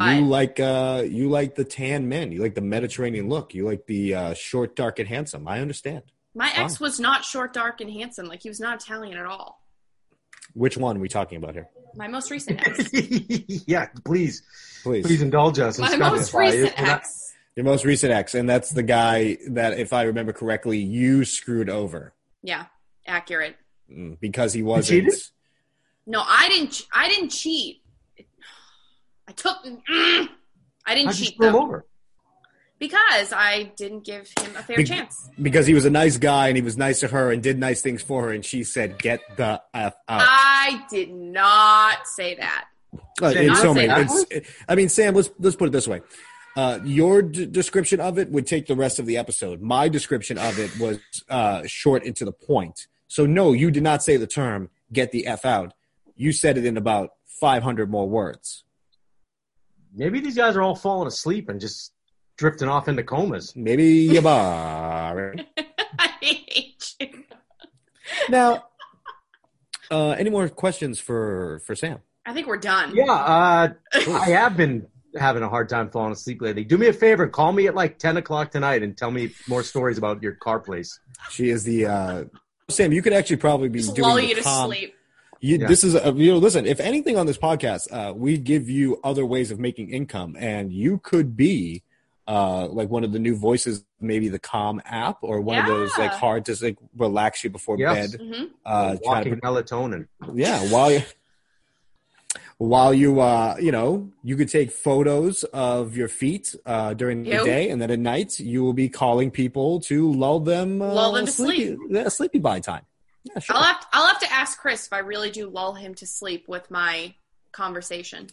I-
You like uh, you like the tan men. You like the Mediterranean look. You like the uh, short, dark, and handsome. I understand.
My ex was not short, dark, and handsome. Like he was not Italian at all.
Which one are we talking about here?
My most recent ex.
yeah please
Please,
please indulge us and
My
Scott
most
Spy.
recent
You're not-
ex.
your most recent ex, and that's the guy that, if I remember correctly, you screwed over
Yeah, accurate.
Mm, because he
cheated?
wasn't.
No, I didn't. ch- I didn't cheat. I took. Mm, I didn't
How'd you
cheat
scroll
though
over?
because I didn't give him a fair
Be-
chance.
because he was a nice guy and he was nice to her and did nice things for her, and she said, "Get the f out."
I did not say that.
Uh,
Sam,
in
I'll
so
say
many.
that
it's- I mean, Sam, let's let's put it this way. Uh, your d- description of it would take the rest of the episode. My description of it was uh, short and to the point. So no, you did not say the term "get the f out." You said it in about 500 more words.
Maybe these guys are all falling asleep and just drifting off into comas.
Maybe you are.
I hate you.
now, uh, any more questions for for Sam?
I think we're done.
Yeah, uh, I have been having a hard time falling asleep lately. Do me a favor, call me at like ten o'clock tonight and tell me more stories about your car place.
She is the uh, Sam. You could actually probably be
Just
doing
lull
the
you to
calm-
sleep.
You,
Yeah.
This is a, you know listen. If anything on this podcast, uh, we give you other ways of making income, and you could be uh, like one of the new voices, maybe the Calm app or one of those like
Yeah.
hard to like relax you before
Yes.
bed.
hmm
Uh, try
Walking
to,
melatonin.
yeah, while you while you uh, you know you could take photos of your feet uh, during
Ew.
the day, and then at night you will be calling people to lull them uh,
Lull them to
sleepy, yeah, sleepy by time. Yeah, sure.
I'll have to, I'll have to ask Chris if I really do lull him to sleep with my conversation.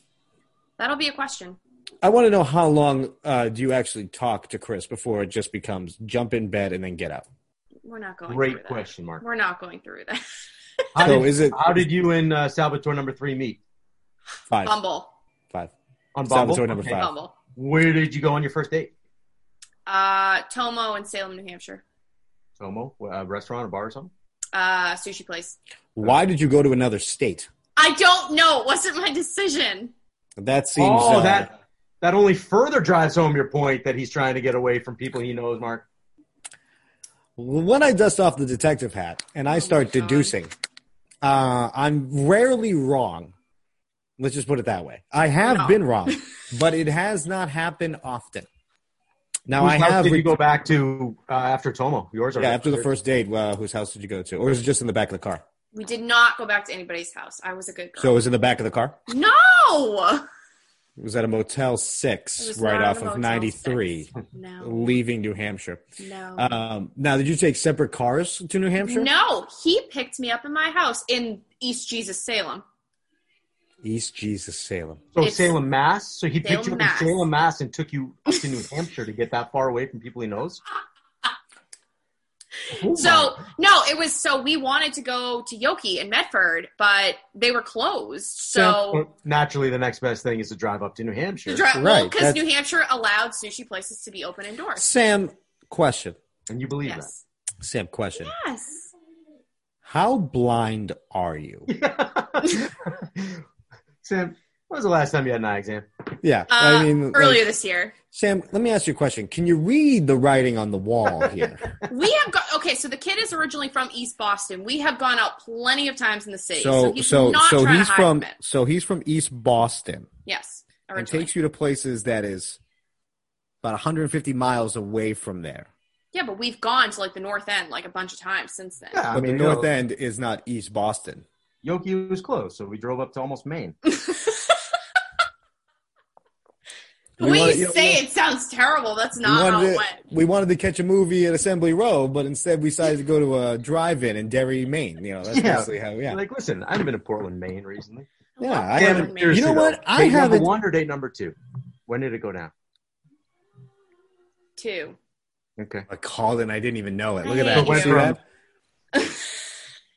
That'll be a question.
I want to know how long uh, do you actually talk to Chris before it just becomes jump in bed and then get out?
We're not going. through
Great
that.
question mark.
We're not going through that.
How
so
did,
is it
how did you and uh, Salvatore number three meet
five?
Um,
Bumble,
five.
on Bumble?
Salvatore number
Okay.
five.
Bumble.
Where did you go on your first date?
Uh, Tomo in Salem, New Hampshire.
Tomo, a Uh, restaurant, a bar, or something.
Uh, sushi place.
Why did you go to another state?
I don't know. It wasn't my decision.
That seems.
oh,
uh,
that that only further drives home your point that he's trying to get away from people he knows. Mark,
When I dust off the detective hat and I
Oh,
start
my God.
deducing, uh, I'm rarely wrong. Let's just put it that way. I have
No.
been wrong, but it has not happened often. Now
whose
I
house
have.
did
re-
you go back to uh, after Tomo? Yours or
yeah, after the first date, uh, whose house did you go to, or is it just in the back of the car?
We did not go back to anybody's house. I was a good girl.
So it was in the back of the car.
no,
It was at a Motel
It
6
was
right
not
off
a
of
Motel
93,
no,
leaving New Hampshire.
no,
Um, now, did you take separate cars to New Hampshire?
no. He picked me up in my house in East Jesus Salem.
East Jesus Salem.
So
It's-
Salem, Mass. So he picked
Salem,
you up
Mass.
in Salem, Mass, and took you up to New Hampshire to get that far away from people he knows. Oh
So no, it was so we wanted to go to Yoki in Medford, but they were closed.
my-
So
naturally, the next best thing is to drive up to New Hampshire.
the dri-
Right,
well, because
that's-
New Hampshire allowed sushi places to be open indoors.
Sam, question.
and you believe
Yes,
Sam, question.
yes.
How blind are you?
that. Sam, when was the last time you had an eye exam?
Yeah,
Uh,
I mean,
Earlier
like,
this year,
Sam, let me ask you a question. Can you read the writing on the wall here?
we have got okay. So the kid is originally from East Boston. We have gone out plenty of times in the city. So,
so,
he's
so,
not
so
trying
he's
to hide
from,
from it.
so he's from East Boston.
Yes,
and
originally.
takes you to places that is about 150 miles away from there.
yeah, but we've gone to like the North End like a bunch of times since then.
Yeah, I
but
mean,
the North
you know,
End is not East Boston.
Yoki was close, so we drove up to almost Maine.
the
We
way
wanted-
you
you know,
say
we-
it sounds terrible. That's
we,
not how
wanted
it
to,
went.
we wanted to catch a movie at Assembly Row, but instead we decided to go to a drive-in in Derry, Maine. You know, that's
Yeah.
basically how. Yeah,
Like, listen, I haven't been to Portland, Maine recently.
yeah.
I
I
love
Damn
haven't.
Portland,
it,
Maine.
You
seriously,
know what?
though.
I
date number
haven't.
one or date number two? When did it go down?
Too.
Okay.
I called and I didn't even know it. Look
I
at
hate
that. You
you.
see that?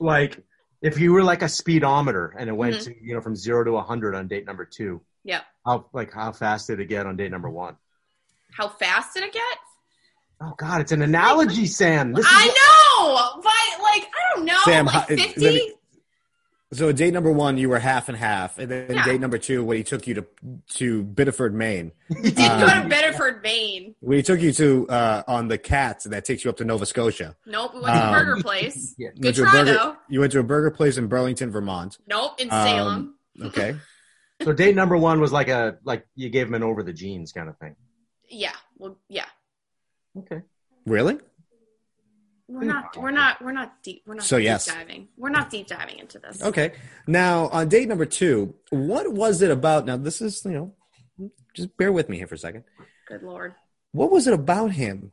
Like, if you were like a speedometer and it went
Mm-hmm.
to, you know, from zero to 100 on date number two,
Yep.
how, like, how fast did it get on date number one?
How fast did it get?
Oh, God, it's an analogy, Sam. This is
I know, but like I don't know,
Sam,
like
how- is-
fifty.
let me- So date number one, you were half and half, and then
Yeah.
date number two, when he took you to to Biddeford, Maine,
Did go to
Um,
Bedford, Maine.
we took you to uh, on the Cats, and that takes you up to Nova Scotia.
Nope, we went to
Um,
Burger Place.
Yeah.
You went
Good
to a
try
burger-
though.
You went to a burger place in Burlington, Vermont.
Nope, in
Um,
Salem.
Okay.
So date number one was like a like you gave him an over the jeans kind of thing.
yeah, well, yeah.
Okay.
really?
We're not. We're not. We're not deep. We're not.
So,
deep
yes.
diving. We're not deep diving into this.
Okay. Now, on date number two, what was it about? Now, this is, you know, just bear with me here for a second.
Good lord.
What was it about him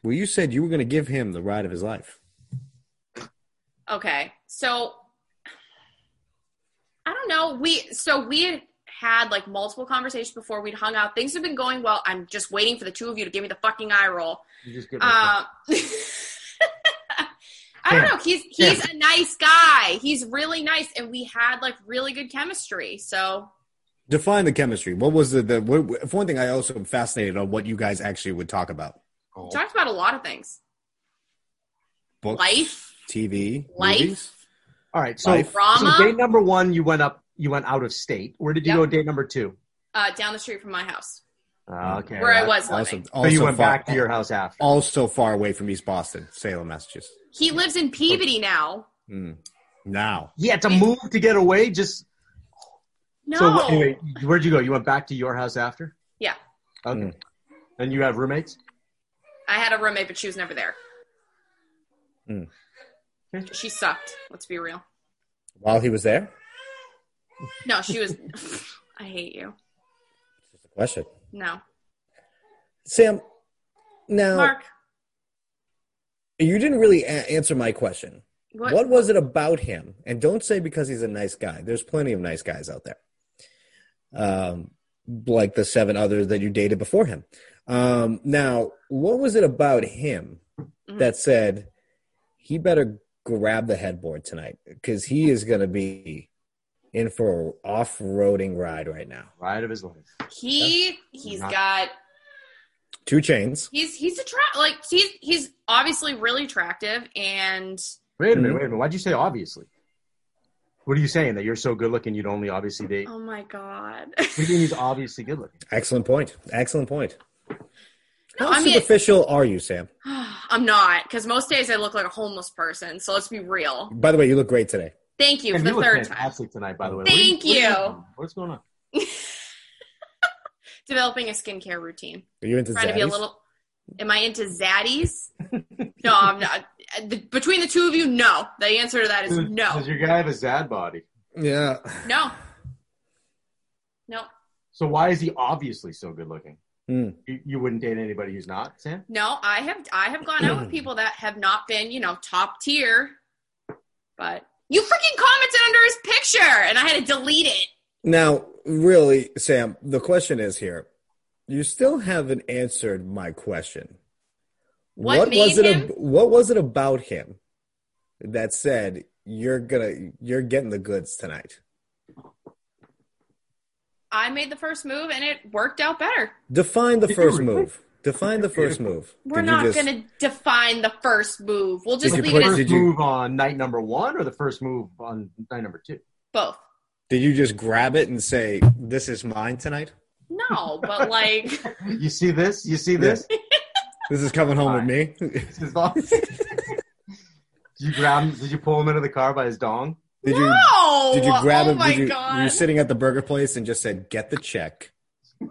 where you said you were going to give him the ride of his life?
Okay. So I don't know. We so we had had like multiple conversations before we'd hung out. Things have been going well. I'm just waiting for the two of you to give me the fucking eye roll.
You just get
Uh, I don't
Yeah.
know. He's he's a nice guy. He's really nice, and we had like really good chemistry. So
Define the chemistry. What was the, the what, if one thing I also am fascinated on what you guys actually would talk about?
we
Oh,
talked about a lot of things:
Books,
life,
TV,
life.
movies?
Uh,
All right, so,
Life.
Drama.
so date number one, you went up, you went out of state. Where did you
Yep.
go? Date number two.
uh, down the street from my house,
Uh, okay,
where I
that-
was
Also,
living.
So
also
you went
far,
back to your house after.
also far away from East Boston, Salem, Massachusetts.
He lives in Peabody now.
Mm. Now,
Yeah, to move to get away. Just
No,
so anyway, where'd you go? You went back to your house after.
Yeah.
Okay.
Mm.
And you have roommates.
I had a roommate, but she was never there.
Mm.
Hmm.
She sucked. Let's be real.
while he was there,
No, she was. I hate you.
it's just a question.
No,
Sam, now
Mark.
you didn't really a- answer my question.
What?
what was it about him? And don't say because he's a nice guy. There's plenty of nice guys out there, um, like the seven others that you dated before him. Um, now, what was it about him
Mhm.
that said he better grab the headboard tonight because he is going to be in for an off-roading ride right now?
Ride of his life.
He he's
Not-
got
Two chains.
he's he's attract like he's he's obviously really attractive and
Wait a
Mm-hmm.
minute. Wait a minute. Why'd you say obviously? What are you saying that you're so good looking? You would only obviously date.
oh my god.
What do you mean he's obviously good looking?
Excellent point. Excellent point. How
No, I mean-
superficial are you, Sam?
I'm not because most days I look like a homeless person. So let's be real.
By the way, you look great today.
Thank you for
And
the
you look
third time.
fantastic tonight, by the way.
Thank
What are
you.
what are doing? What's going on?
Developing a skincare routine.
Are you into
Trying to be a
zaddies?
little. Am I into zaddies? no, I'm not. Uh, the- Between the two of you, no. The answer to that is
Does-
no.
Does your guy have a zad body?
yeah,
No. No.
So why is he obviously so good looking?
Hmm.
You, you wouldn't date anybody who's not Sam.
No, I have I have gone out with people that have not been, you know, top tier. But you freaking commented under his picture and I had to delete it.
Now, really, Sam, the question is here. You still haven't answered my question.
What made
was it?
him?
ab- what was it about him that said you're gonna you're getting the goods tonight?
I made the first move and it worked out better.
Define the
Did you
first
really?
move. Define the first move.
We're
Did you
not
just-
gonna define the first move. We'll just
Did
leave
you
it
put-
as
first
did you-
move on night number one or the first move on night number two?
both.
did you just grab it and say this is mine tonight?
No, but like
You see this? You see this?
This is coming home with me.
This is awesome. did you grab him? Did you pull him into the car by his dong?
Did you
no.
did you grab
oh
him?
my
Did you,
god.
you were sitting at the burger place and just said, "Get the check,"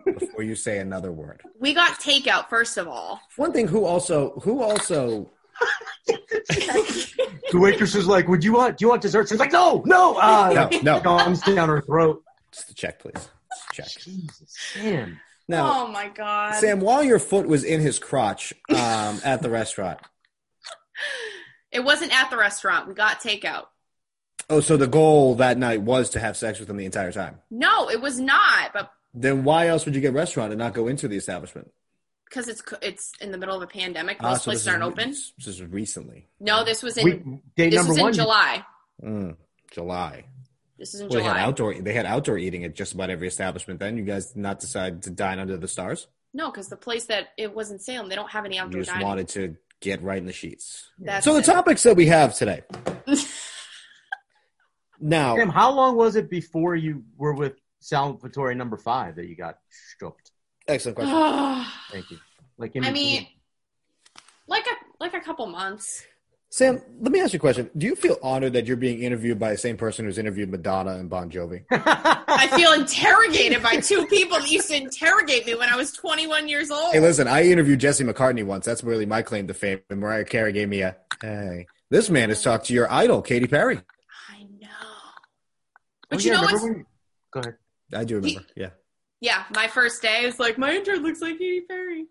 before you say another word.
we got takeout first of all.
One thing. Who also? Who also?
The waitress was like, "Would you want? Do you want dessert?" She's like, "No, no, uh,
No, no,
dongs down her throat."
just the check, please. Check.
Jesus, Sam.
Now,
oh my god.
Sam, while your foot was in his crotch um, at the restaurant,
It wasn't at the restaurant. We got takeout.
oh, so the goal that night was to have sex with him the entire time.
No, it was not. But
Then why else would you get restaurant and not go into the establishment?
because it's co- it's in the middle of a pandemic,
Ah,
most
so this
places
is
aren't
re-
open.
This is recently,
No, this was in
We, date
this
number
was in
one.
July.
Mm, July.
This is in
Well, they had
July.
outdoor. They had outdoor eating at just about every establishment. Then you guys did not decide to dine under the stars.
No, because the place that it was in Salem, they don't have any
you
outdoor
just
dining.
wanted to get right in the sheets.
That's
so the
it.
topics that we have today. now,
Sam, how long was it before you were with Salvatore number five that you got stripped?
Excellent question.
I
Thank you. Like, in
mean,
between.
like a like a couple months.
Sam, let me ask you a question. Do you feel honored that you're being interviewed by the same person who's interviewed Madonna and Bon Jovi?
I feel interrogated by two people that used to interrogate me when I was 21 years old.
Hey, listen, I interviewed Jesse McCartney once. That's really my claim to fame. And Mariah Carey gave me a hey. This man has talked to your idol, Katy Perry.
I know.
Oh,
But you know
yeah, remember
what's
when you- Go ahead.
I do remember. yeah.
yeah, my first day is like my intern looks like Katy Perry.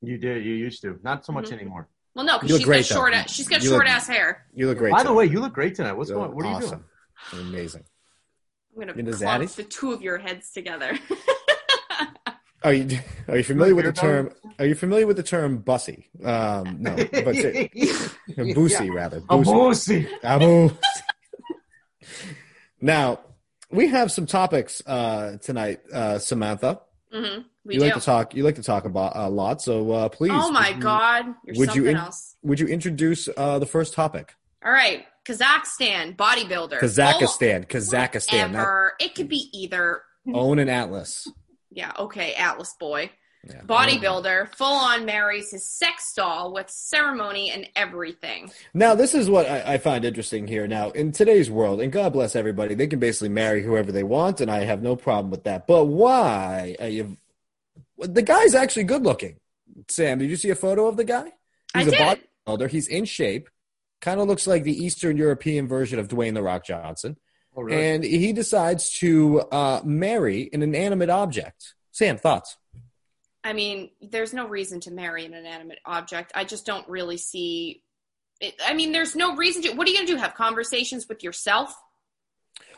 You did. You used to. Not so much
Mhm.
anymore.
Well, no,
You
because
look
she's
great,
got
though.
short. Ass, she's got
You look-
short ass hair.
You look great.
By
tonight.
the way, you look great tonight. What's
You
going?
look
What are you doing?
awesome. you doing? Amazing.
I'm gonna
You know,
clump
zaddies?
the two of your heads together.
Are you are you familiar with the
You're
term? Are you familiar with the term bussy? Um, no, but it- boosy rather.
A
Boosy.
boosy.
Abu. now, we have some topics uh, tonight, uh, Samantha.
hmm We
you
do.
like to talk. You like to talk about a lot. So uh, please.
oh my
would you-
God, you're
would you
something
in-
else.
Would you introduce uh, the first topic?
All right, Kazakhstan bodybuilder.
Kazakhstan.
Full-
Kazakhstan. Not
Ever. It could be either.
own an atlas.
Yeah. Okay, Atlas boy.
Yeah.
bodybuilder full on marries his sex doll with ceremony and everything.
Now, this is what I, I find interesting here. Now, in today's world, and God bless everybody, they can basically marry whoever they want, and I have no problem with that. But why? Are you, the guy's actually good looking. Sam, did you see a photo of the guy?
I
He's a
did.
bodybuilder. He's in shape. Kind of looks like the Eastern European version of Dwayne the Rock Johnson.
Oh, really?
And he decides to uh, marry an inanimate object. Sam, thoughts?
I mean, there's no reason to marry an inanimate object. I just don't really see it. I mean, there's no reason to. What are you going to do? Have conversations with yourself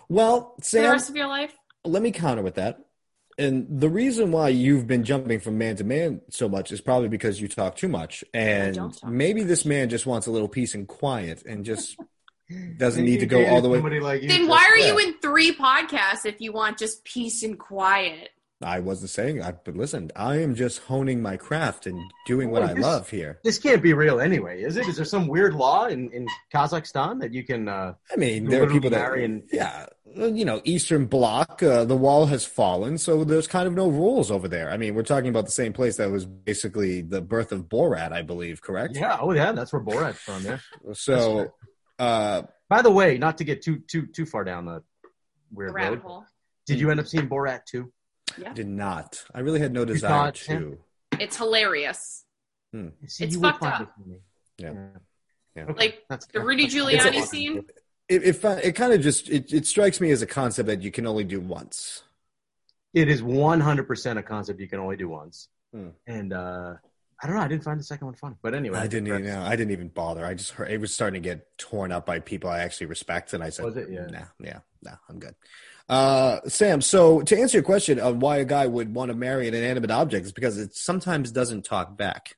Well,
for the
Sam,
rest of your life?
let me counter with that. And the reason why you've been jumping from man to man so much is probably because you talk too much. And
don't talk
maybe this man just wants a little peace and quiet and just doesn't need to go all the way-
Somebody like you,
Then
Chris.
why are
yeah.
you in three podcasts if you want just peace and quiet?
I wasn't saying I but listen, I am just honing my craft and doing what
Oh,
I
this-
love here.
This can't be real anyway, is it? Is there some weird law in, in Kazakhstan that you can? Uh,
I mean,
You
there are
literally
people that
marry and-
yeah, you know, Eastern Bloc, uh, the wall has fallen, so there's kind of no rules over there. I mean, we're talking about the same place that was basically the birth of Borat, I believe, correct?
yeah. Oh, yeah. That's where Borat's from. Yeah.
So, uh,
By the way, not to get too too too far down the weird
rabbit
road.
hole.
Did you end up seeing Borat too?
did not. I really had no
You
desire
thought,
to.
yeah.
It's hilarious.
See,
It's
you would
fucked
find
up.
it funny.
Yeah. Yeah.
Okay,
Like,
that's
The Rudy
It's a
Giuliani
lot.
scene.
it it, fin- it kind of just it, it strikes me as a concept that you can only do once.
It is one hundred percent a concept you can only do once.
Hmm.
And uh, I don't know. I didn't find the second one funny, but anyway,
I didn't even
that's-
know. I didn't even bother. I just heard it was starting to get torn up by people I actually respect, and I said,
Was it? Yeah.
Nah, yeah, nah, I'm good." Uh, Sam, so to answer your question on why a guy would want to marry an inanimate object is because it sometimes doesn't talk back.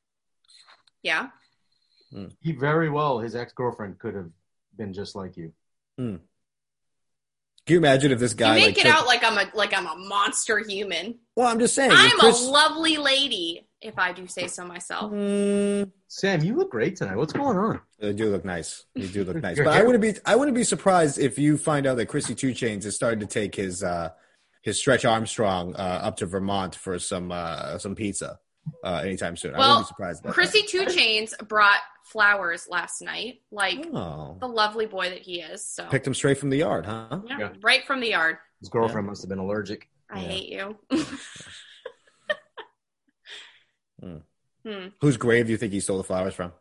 Yeah.
He very well, his ex girlfriend could have been just like you.
Can you imagine if this guy
you
like,
make it
took-
out like I'm a like I'm a monster human.
Well, I'm just saying. if
I'm
Chris-
a lovely lady, if I do say so myself.
Mm,
Sam, you look great tonight. What's going on?
They do Uh, look nice. They do look nice.
Your
but I
hair-
wouldn't be I wouldn't be surprised if you find out that Chrissy Two Chains is starting to take his uh his Stretch Armstrong uh, up to Vermont for some uh some pizza uh anytime soon. I
Well,
wouldn't be surprised about
Chrissy Two Chains brought flowers last night, like
that. Oh.
the lovely boy that he is. So
Picked him straight from the yard, huh?
Yeah,
Yeah.
right from the yard.
His girlfriend must have been allergic.
I
Yeah.
hate you.
Hmm.
Hmm.
Whose grave do you think he stole the flowers from?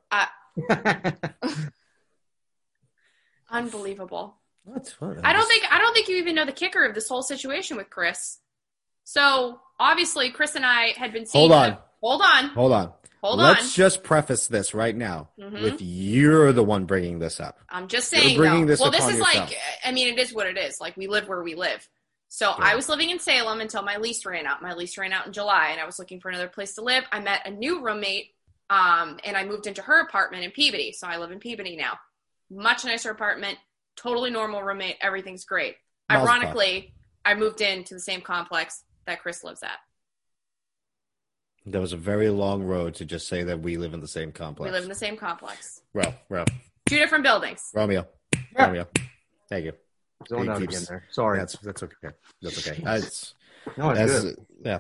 Unbelievable.
What? What?
I don't think I don't think you even know the kicker of this whole situation with Chris. So obviously, Chris and I had been seeing.
Hold on.
Hold on. Hold,
Hold on.
on.
Let's just preface this right now
Mhm.
with you're the one bringing this up.
I'm just
You're
saying.
bringing
though.
this
well, this
upon
is
yourself.
like, I mean, it is what it is. Like, we live where we live. So
Yeah.
I was living in Salem until my lease ran out. My lease ran out in July, and I was looking for another place to live. I met a new roommate, um, and I moved into her apartment in Peabody. So I live in Peabody now. Much nicer apartment, totally normal roommate. Everything's great.
Miles apart.
Ironically, I moved into the same complex that Chris lives at.
That was a very long road to just say that we live in the same complex.
We live in the same complex,
Well, well,
two different buildings.
Romeo.
Yeah.
Romeo. Thank you.
Zoned out
keeps-
again there. Sorry.
That's that's okay. That's okay. That's,
no, it's
that's-
good.
yeah. Uh,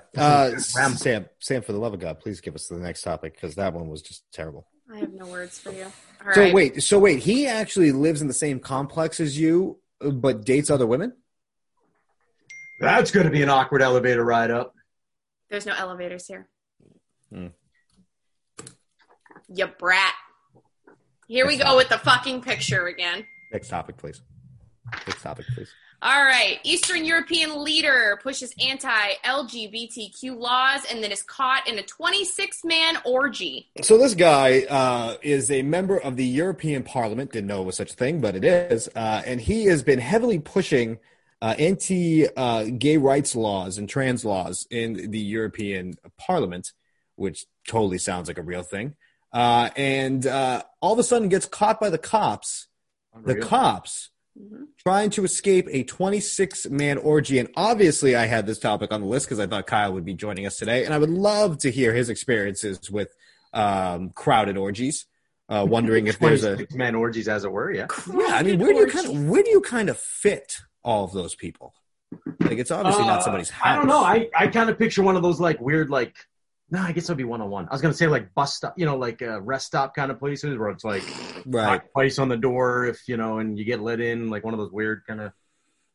That's good.
Sam, Sam, for the love of God, please give us the next topic because that one was just terrible.
I have no words for you. All right.
so wait, so wait, he actually lives in the same complex as you, uh, but dates other women.
That's going to be an awkward elevator ride up.
There's no elevators here.
Hmm.
You brat. Here we
That's
go
not-
with the fucking picture again.
Next topic, please.
Next topic, please.
All right. Eastern European leader pushes anti LGBTQ laws and then is caught in a 26 man orgy.
So this guy uh, is a member of the European Parliament. Didn't know it was such a thing, but it is. Uh, and he has been heavily pushing uh, anti-gay rights laws and trans laws in the European Parliament, which totally sounds like a real thing. Uh, and uh, all of a sudden, gets caught by the cops. The
Unreal.
cops
Mhm.
trying to escape a 26 man orgy. And obviously, I had this topic on the list because I thought Kyle would be joining us today. And I would love to hear his experiences with um, crowded orgies. Uh, wondering if there's a
26 man orgies as it were, yeah.
yeah, I mean, where do you kind of where do you kind of fit all of those people? Like, it's obviously
Uh,
not somebody's house.
I don't know. I, I kind of picture one of those like weird like. No, I guess it'll be one on one. I was gonna say like bus stop, you know, like uh, rest stop kind of places where it's like
right?
knock twice on the door if you know, and you get let in, like one of those weird kind of.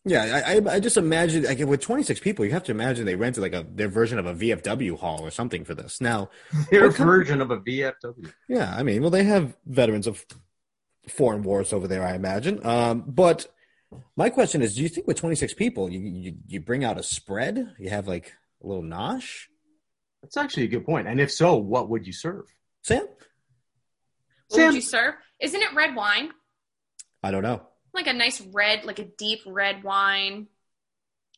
Yeah, I, I, I just imagine like with 26 people, you have to imagine they rented like a their version of a VFW hall or something for this. Now,
Their
kind of-
version of a VFW.
Yeah, I mean, well, they have veterans of foreign wars over there, I imagine. Um, but my question is, do you think with 26 people, you, you you bring out a spread? You have like a little nosh,
That's actually a good point. And if so, what would you serve?
Sam?
What would
Sam-
you serve? Isn't it red wine?
I don't know.
Like a nice red, like a deep red wine.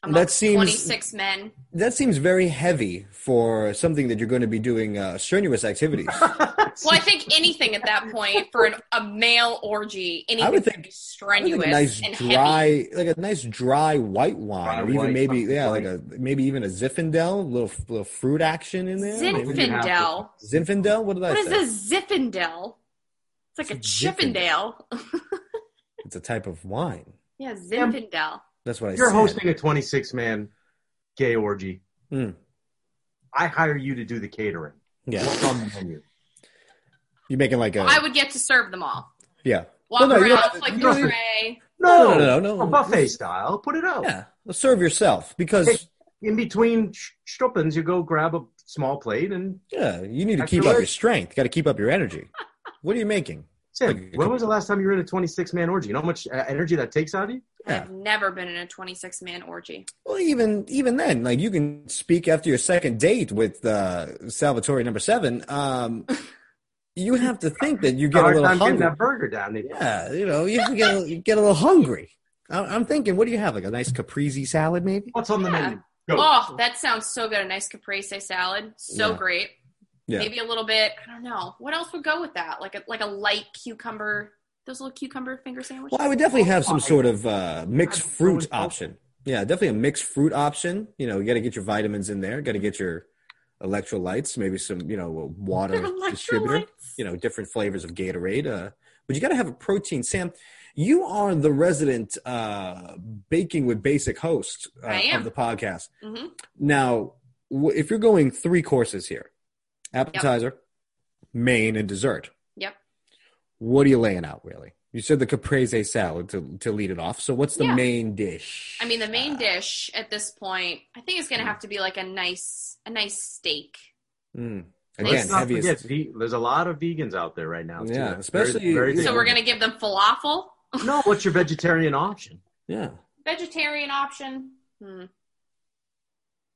That
amongst
seems-
26 men.
That seems very heavy for something that you're going to be doing uh, strenuous activities.
Well, I think anything at that point for an, a male orgy, anything
I would
would
think- I
be
think
strenuous
a nice
and
dry,
heavy.
like a nice dry white wine,
Dry
or even
white,
maybe
something
yeah,
white.
like a maybe even a Zinfandel, little little fruit action in there. maybe.
Zinfin-
Zinfandel.
Zinfandel. What did I
What is
say?
a Ziffendel? It's like a
It's a
Chippendale.
It's a type of wine.
yeah, Zinfandel.
That's what I
You're
said.
hosting a 26 man gay orgy.
Hmm.
I hire you to do the catering.
Yeah.
What's on the menu?
You're making like a
I would get to serve them all.
yeah.
Walk
Well, no, you
around,
don't-
flick
you
the
don't-
tray.
No, no, no, no.
A buffet style. Put it out.
Yeah. Well, serve yourself because
In between sh- strippings, you go grab a small plate and.
yeah, you need to
After
keep up
work.
your strength. Got to keep up your energy. What are you making?
Sam,
Like,
when was the last time you were in a 26 man orgy? You know how much uh, energy that takes out of you?
Yeah.
I've never been in a 26 man orgy.
Well, even even then, like you can speak after your second date with uh, Salvatore number seven. Um, you have to think that you get a
Hard
little
time getting
hungry.
that burger down. there.
Yeah, you know, you have to get a, you get a little hungry. I- I'm thinking, what do you have? Like a nice caprese salad, maybe?
What's on the
Yeah.
menu? Go.
Oh, that sounds so good. A nice caprese salad. So
Yeah.
great.
Yeah.
Maybe a little bit, I don't know. What else would go with that? Like a like a light cucumber, those little cucumber finger sandwiches.
Well, I would definitely have some sort of uh, mixed fruit option. Yeah, definitely a mixed fruit option. You know, you got to get your vitamins in there. Got to get your electrolytes, maybe some you know water
Electrolytes.
distributor. You know, different flavors of Gatorade. Uh, but you got to have a protein. Sam, you are the resident uh, baking with basic host uh,
I am.
of the podcast.
hmm
Now, w- if you're going three courses here, appetizer, main, and dessert.
Yep.
What are you laying out, really? You said the caprese salad to to lead it off. So what's the
Yeah.
main dish?
I mean, the
Uh,
main dish at this point, I think it's gonna have to be like a nice a nice steak.
Mm.
Let's
Again,
Let's not forget,
heaviest.
ve- there's a lot of vegans out there right now. too.
Yeah,
That's very-
especially-
very
Yeah.
So we're gonna give them falafel,
No, what's your vegetarian option?
Yeah.
vegetarian option. Hmm.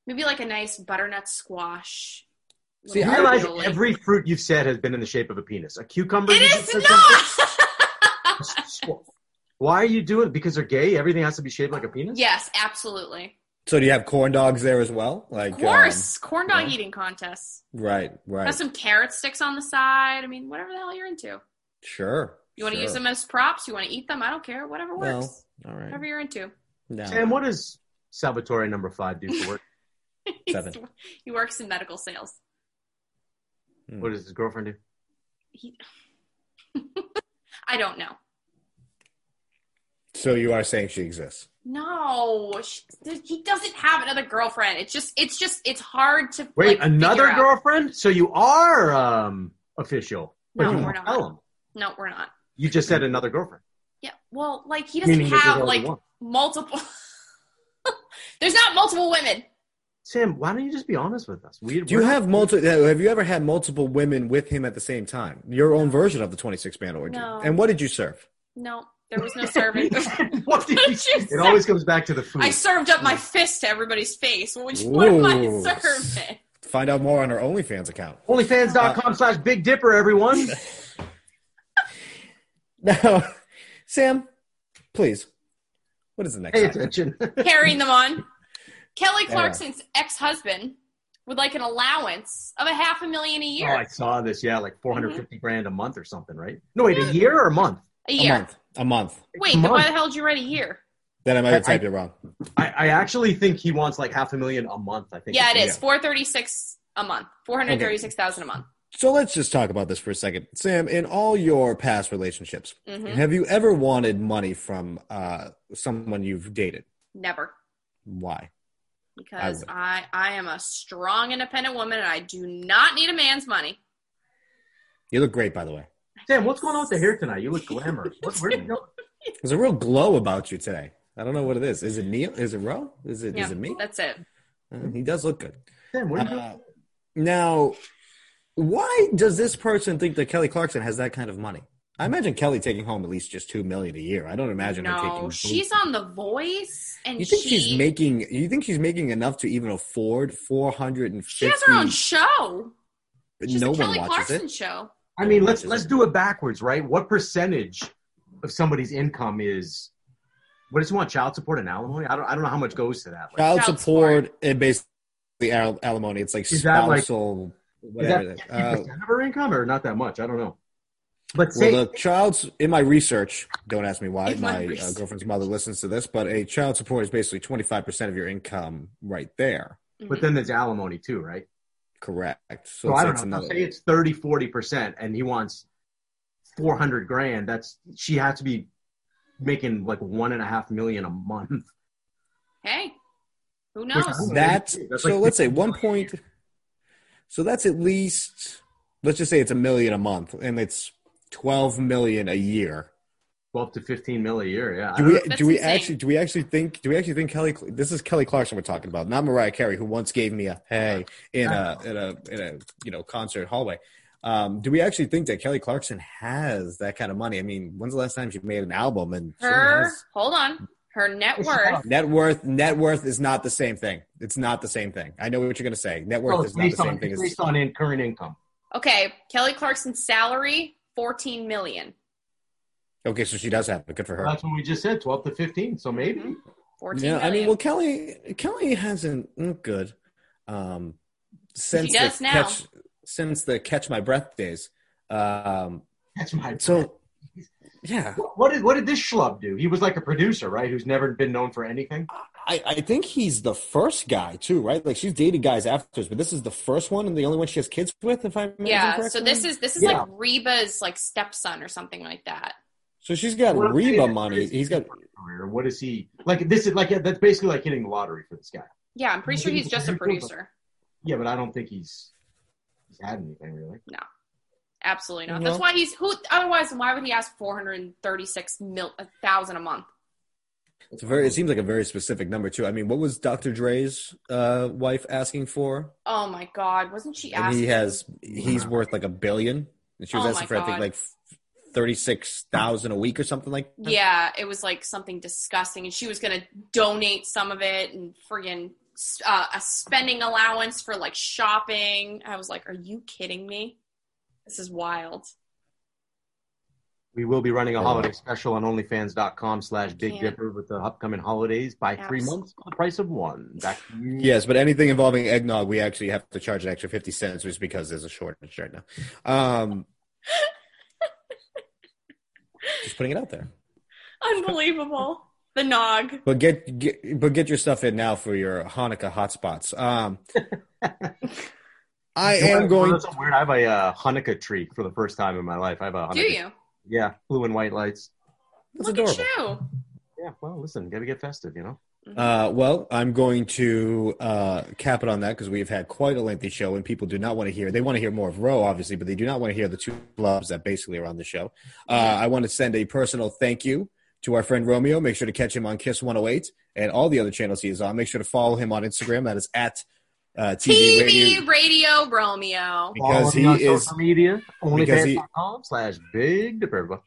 Maybe like a nice butternut squash.
See,
You
I
realize
Little
every fruit you've said has been in the shape of a penis. A cucumber. you
It
just
is
said something-
not.
Why are you doing? Because they're gay. Everything has to be shaped like a penis.
yes, absolutely.
So do you have corn dogs there as well? Like
Of course, corn dog
Oh yeah.
eating contests.
um, right, right.
Have some carrot sticks on the side. I mean, whatever the hell you're into.
sure.
You want to
sure.
use them as props? You want to eat them? I don't care. Whatever works.
Well, All right.
Whatever you're into.
No.
Sam, what does Salvatore number five do for work?
Seven.
he works in medical sales.
Hmm.
what does his girlfriend do?
He... I don't know.
So you are saying she exists.
No, she, he doesn't have another girlfriend. It's just, it's just, it's hard to
Wait,
like,
another
figure out.
girlfriend? So you are um, official.
No,
But you
we're
won't
not.
Tell him.
No, we're not.
You just said another girlfriend.
Yeah, well, like he doesn't
Meaning that there's
have
only
like
one.
multiple. There's not multiple women.
Sam, why don't you just be honest with us? We,
Do you
we're-
have multiple? Have you ever had multiple women with him at the same time? Your own version of the twenty-six man orgy.
No.
And what did you serve?
No, There was no serving.
what did
What
you
did you
It always comes back to the food.
I served up my fist to everybody's face. What would you what am I
Ooh.
serving?
Find out more on her OnlyFans account.
Uh,
Onlyfans.com slash Big Dipper, everyone.
Now, Sam, please. What is the next?
Pay
item?
attention.
Carrying them on. Kelly
Yeah.
Clarkson's ex-husband would like an allowance of a half a million a
Oh,
year. Mm-hmm.
I saw this. Yeah, like 450 grand a month or something, right? No, wait, a year or a month?
a
A
year.
month. A month.
Wait,
A
then why
month.
the hell did you write a year?
Then I might have
I-
typed it wrong.
I, I actually think he wants like half a million a month. I think.
Yeah, it
yeah.
is. Four thirty-six a month. Four hundred thirty-six thousand a month.
So let's just talk about this for a second. Sam, in all your past relationships,
hmm
have you ever wanted money from uh, someone you've dated?
Never.
Why?
Because
would.
I, I am a strong, independent woman and I do not need a man's money.
You look great, by the way.
Sam, what's going on with the hair tonight? You look glamorous. What, where did you go?
There's a real glow about you today. I don't know what it is. Is it Neil? Is it Ro? Is it? Is
Yeah,
it me?
That's it.
Uh, he does look good.
Sam, where did you go?
Uh, now, why does this person think that Kelly Clarkson has that kind of money? I imagine Kelly taking home at least just two million a year. I don't imagine her
No,
taking.
she's on The Voice, and
You think
she,
she's making? You think she's making enough to even afford four hundred and fifty?
She has her own show. She's
no
a Kelly
one watches
Clarkson
it.
show.
I mean, let's let's do it backwards, right? What percentage of somebody's income is? What does he want? Child support and alimony? I don't. I don't know how much goes to that. Like,
Child,
Child
support, and basically al- alimony. It's like
Is that like-
spousal,
is that
whatever.
fifty
that- uh,
percent of her income, or not that much? I don't know. But say,
Well, the child's in my research. Don't ask me why.
In my
My uh,
research.
girlfriend's mother listens to this, but a child support is basically twenty five percent of your income, right there.
Mhm.
but then there's alimony too, right?
Correct. So,
So, I
it's-
don't know.
it's
Let's Say it's 30, 40 percent, and he wants four hundred grand. That's she has to be making like one and a half million a month.
hey, who
Which I
knows?
don't
That's,
know. That's
so.
like
let's say one point. So that's at least. Let's just say it's a million a month, and it's twelve million a year.
twelve to fifteen mil a year. Yeah. I
Do
don't
we?
know.
That's
Do we
insane.
actually? Do we actually think? Do we actually think Kelly? Cl- This is Kelly Clarkson we're talking about, not Mariah Carey, who once gave me a hey in a in a in a you know concert hallway. Um, do we actually think that Kelly Clarkson has that kind of money? I mean, when's the last time she made an album? And she
Her,
has-
hold on, her net
It's
worth.
not.
net worth net worth is not the same thing. It's not the same thing. I know what you're going to say. Net worth
No, it's
is not the
Oh, based
same
on,
thing
it's
as
based on in current income.
Okay, Kelly Clarkson's salary fourteen million.
Okay, so she does have it. Good for her.
That's what we just said, 12 to 15. So maybe.
Fourteen
yeah,
million.
I mean, well, Kelly Kelly hasn't looked good um, since
She does
the
now.
catch since the catch my breath days. Um,
That's my.
so yeah,
what did what did this schlub do? He was like a producer, right? Who's never been known for anything.
I, I think he's the first guy too, right? Like she's dated guys afterwards, but this is the first one and the only one she has kids with. If I'm
yeah. So this is this is
Yeah.
like Reba's like stepson or something like that.
so she's got
What I'm
Reba
saying is,
money.
what is
He's got
career? What is he like? This is like that's basically like hitting the lottery for this guy.
Yeah, I'm pretty sure he's just a producer.
Yeah, but I don't think he's he's had anything really.
Absolutely not.
No.
That's why he's who. Otherwise, why would he ask four hundred thirty-six mil a thousand a month?
it's a very. It seems like a very specific number too. I mean, what was Dr. Dre's uh, wife asking for?
Oh my God, wasn't she
and
asking?
he has he's worth like a billion and she was
Oh my
asking for i think
God.
like 36000 a week or something like that.
yeah, it was like something disgusting, and she was gonna donate some of it and friggin' uh, a spending allowance for like shopping. I was like, are you kidding me? This is wild.
We will be running a
Yeah.
holiday special on OnlyFans.com slash Big
Yeah.
Dipper with the upcoming holidays by three
Abs-
months for the price of one. Back to you.
yes but anything involving eggnog we actually have to charge an extra 50 cents just because there's a shortage right now um just putting it out there
Unbelievable. the nog.
but get, get but get your stuff in now for your hanukkah hotspots um i
You know
am
what?
going
That's so weird. I have a uh, Hanukkah tree for the first time in my life. I have a Hanukkah.
Do you?
Yeah, blue and white lights.
that's
Look
adorable
at you.
Yeah, well, listen, gotta get festive, you know.
Uh, well, I'm going to uh, cap it on that because we've had quite a lengthy show, and people do not want to hear. They want to hear more of Roe, obviously, but they do not want to hear the two loves that basically are on the show. Uh, I want to send a personal thank you to our friend Romeo. Make sure to catch him on Kiss 108 and all the other channels he is on. Make sure to follow him on Instagram. That is at uh, TV,
TV
Radio.
radio. Romeo.
Because
Follow me
he
on
is-
social media,
because he-
onlyfans.com slash big dipper.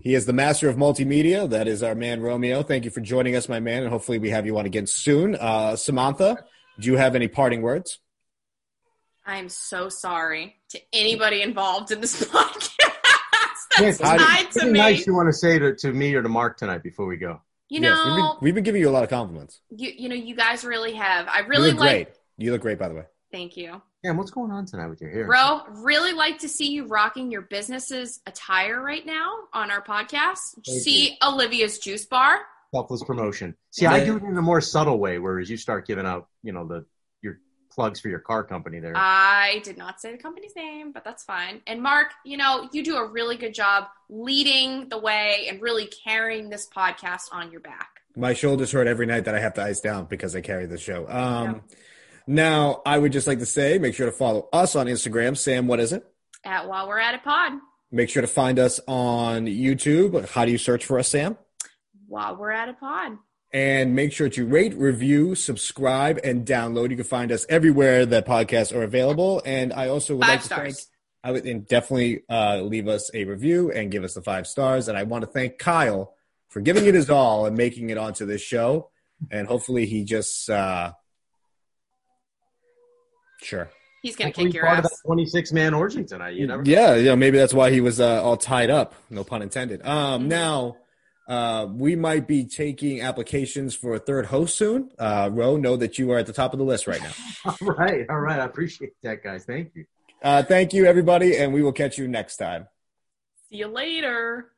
He is the master of multimedia. That is our man Romeo. Thank you for joining us, my man, and hopefully we have you on again soon. Uh, Samantha, do you have any parting words?
I am so sorry to anybody involved in this podcast that's
Yes, I-
tied to
Anything
me.
nice you want to say to, to me or to Mark tonight before we go?
you
Yes,
know,
we've been, we've been giving you a lot of compliments.
you you know, you guys really have. I
You
really
look
like.
great. You look great, by the way.
Thank you,
Damn, what's going on tonight with your hair?
bro. Really like to see you rocking your business's attire right now on our podcast.
Thank
see Olivia's Juice Bar.
Selfless promotion. See, I
Yeah.
do it in a more subtle way, whereas you start giving out, you know, the your plugs for your car company there.
Uh, I did not say the company's name, but that's fine. And Mark, you know, you do a really good job leading the way and really carrying this podcast on your back.
My shoulders hurt every night that I have to ice down because I carry the show. Um, Now, I would just like to say make sure to follow us on Instagram. Sam, what is it?
At while we're at it, pod.
Make sure to find us on YouTube. How do you search for us, Sam?
While we're at it, pod.
And make sure to rate, review, subscribe, and download. You can find us everywhere that podcasts are available. And I also would
Five
like to
stars.
thank I would and definitely uh, leave us a review and give us the five stars. And I want to thank Kyle for giving it his all and making it onto this show. And hopefully he just uh, sure.
He's gonna
Hopefully
kick your
part of
ass.
that twenty-six man orgy tonight. You never.
Yeah, yeah. Maybe that's why he was uh, all tied up. No pun intended.
Mm-hmm.
Um, now uh, we might be taking applications for a third host soon. Uh, Ro, know that you are at the top of the list right now.
All right, all right. I appreciate that, guys. Thank you.
Uh, thank you, everybody, and we will catch you next time.
See you later.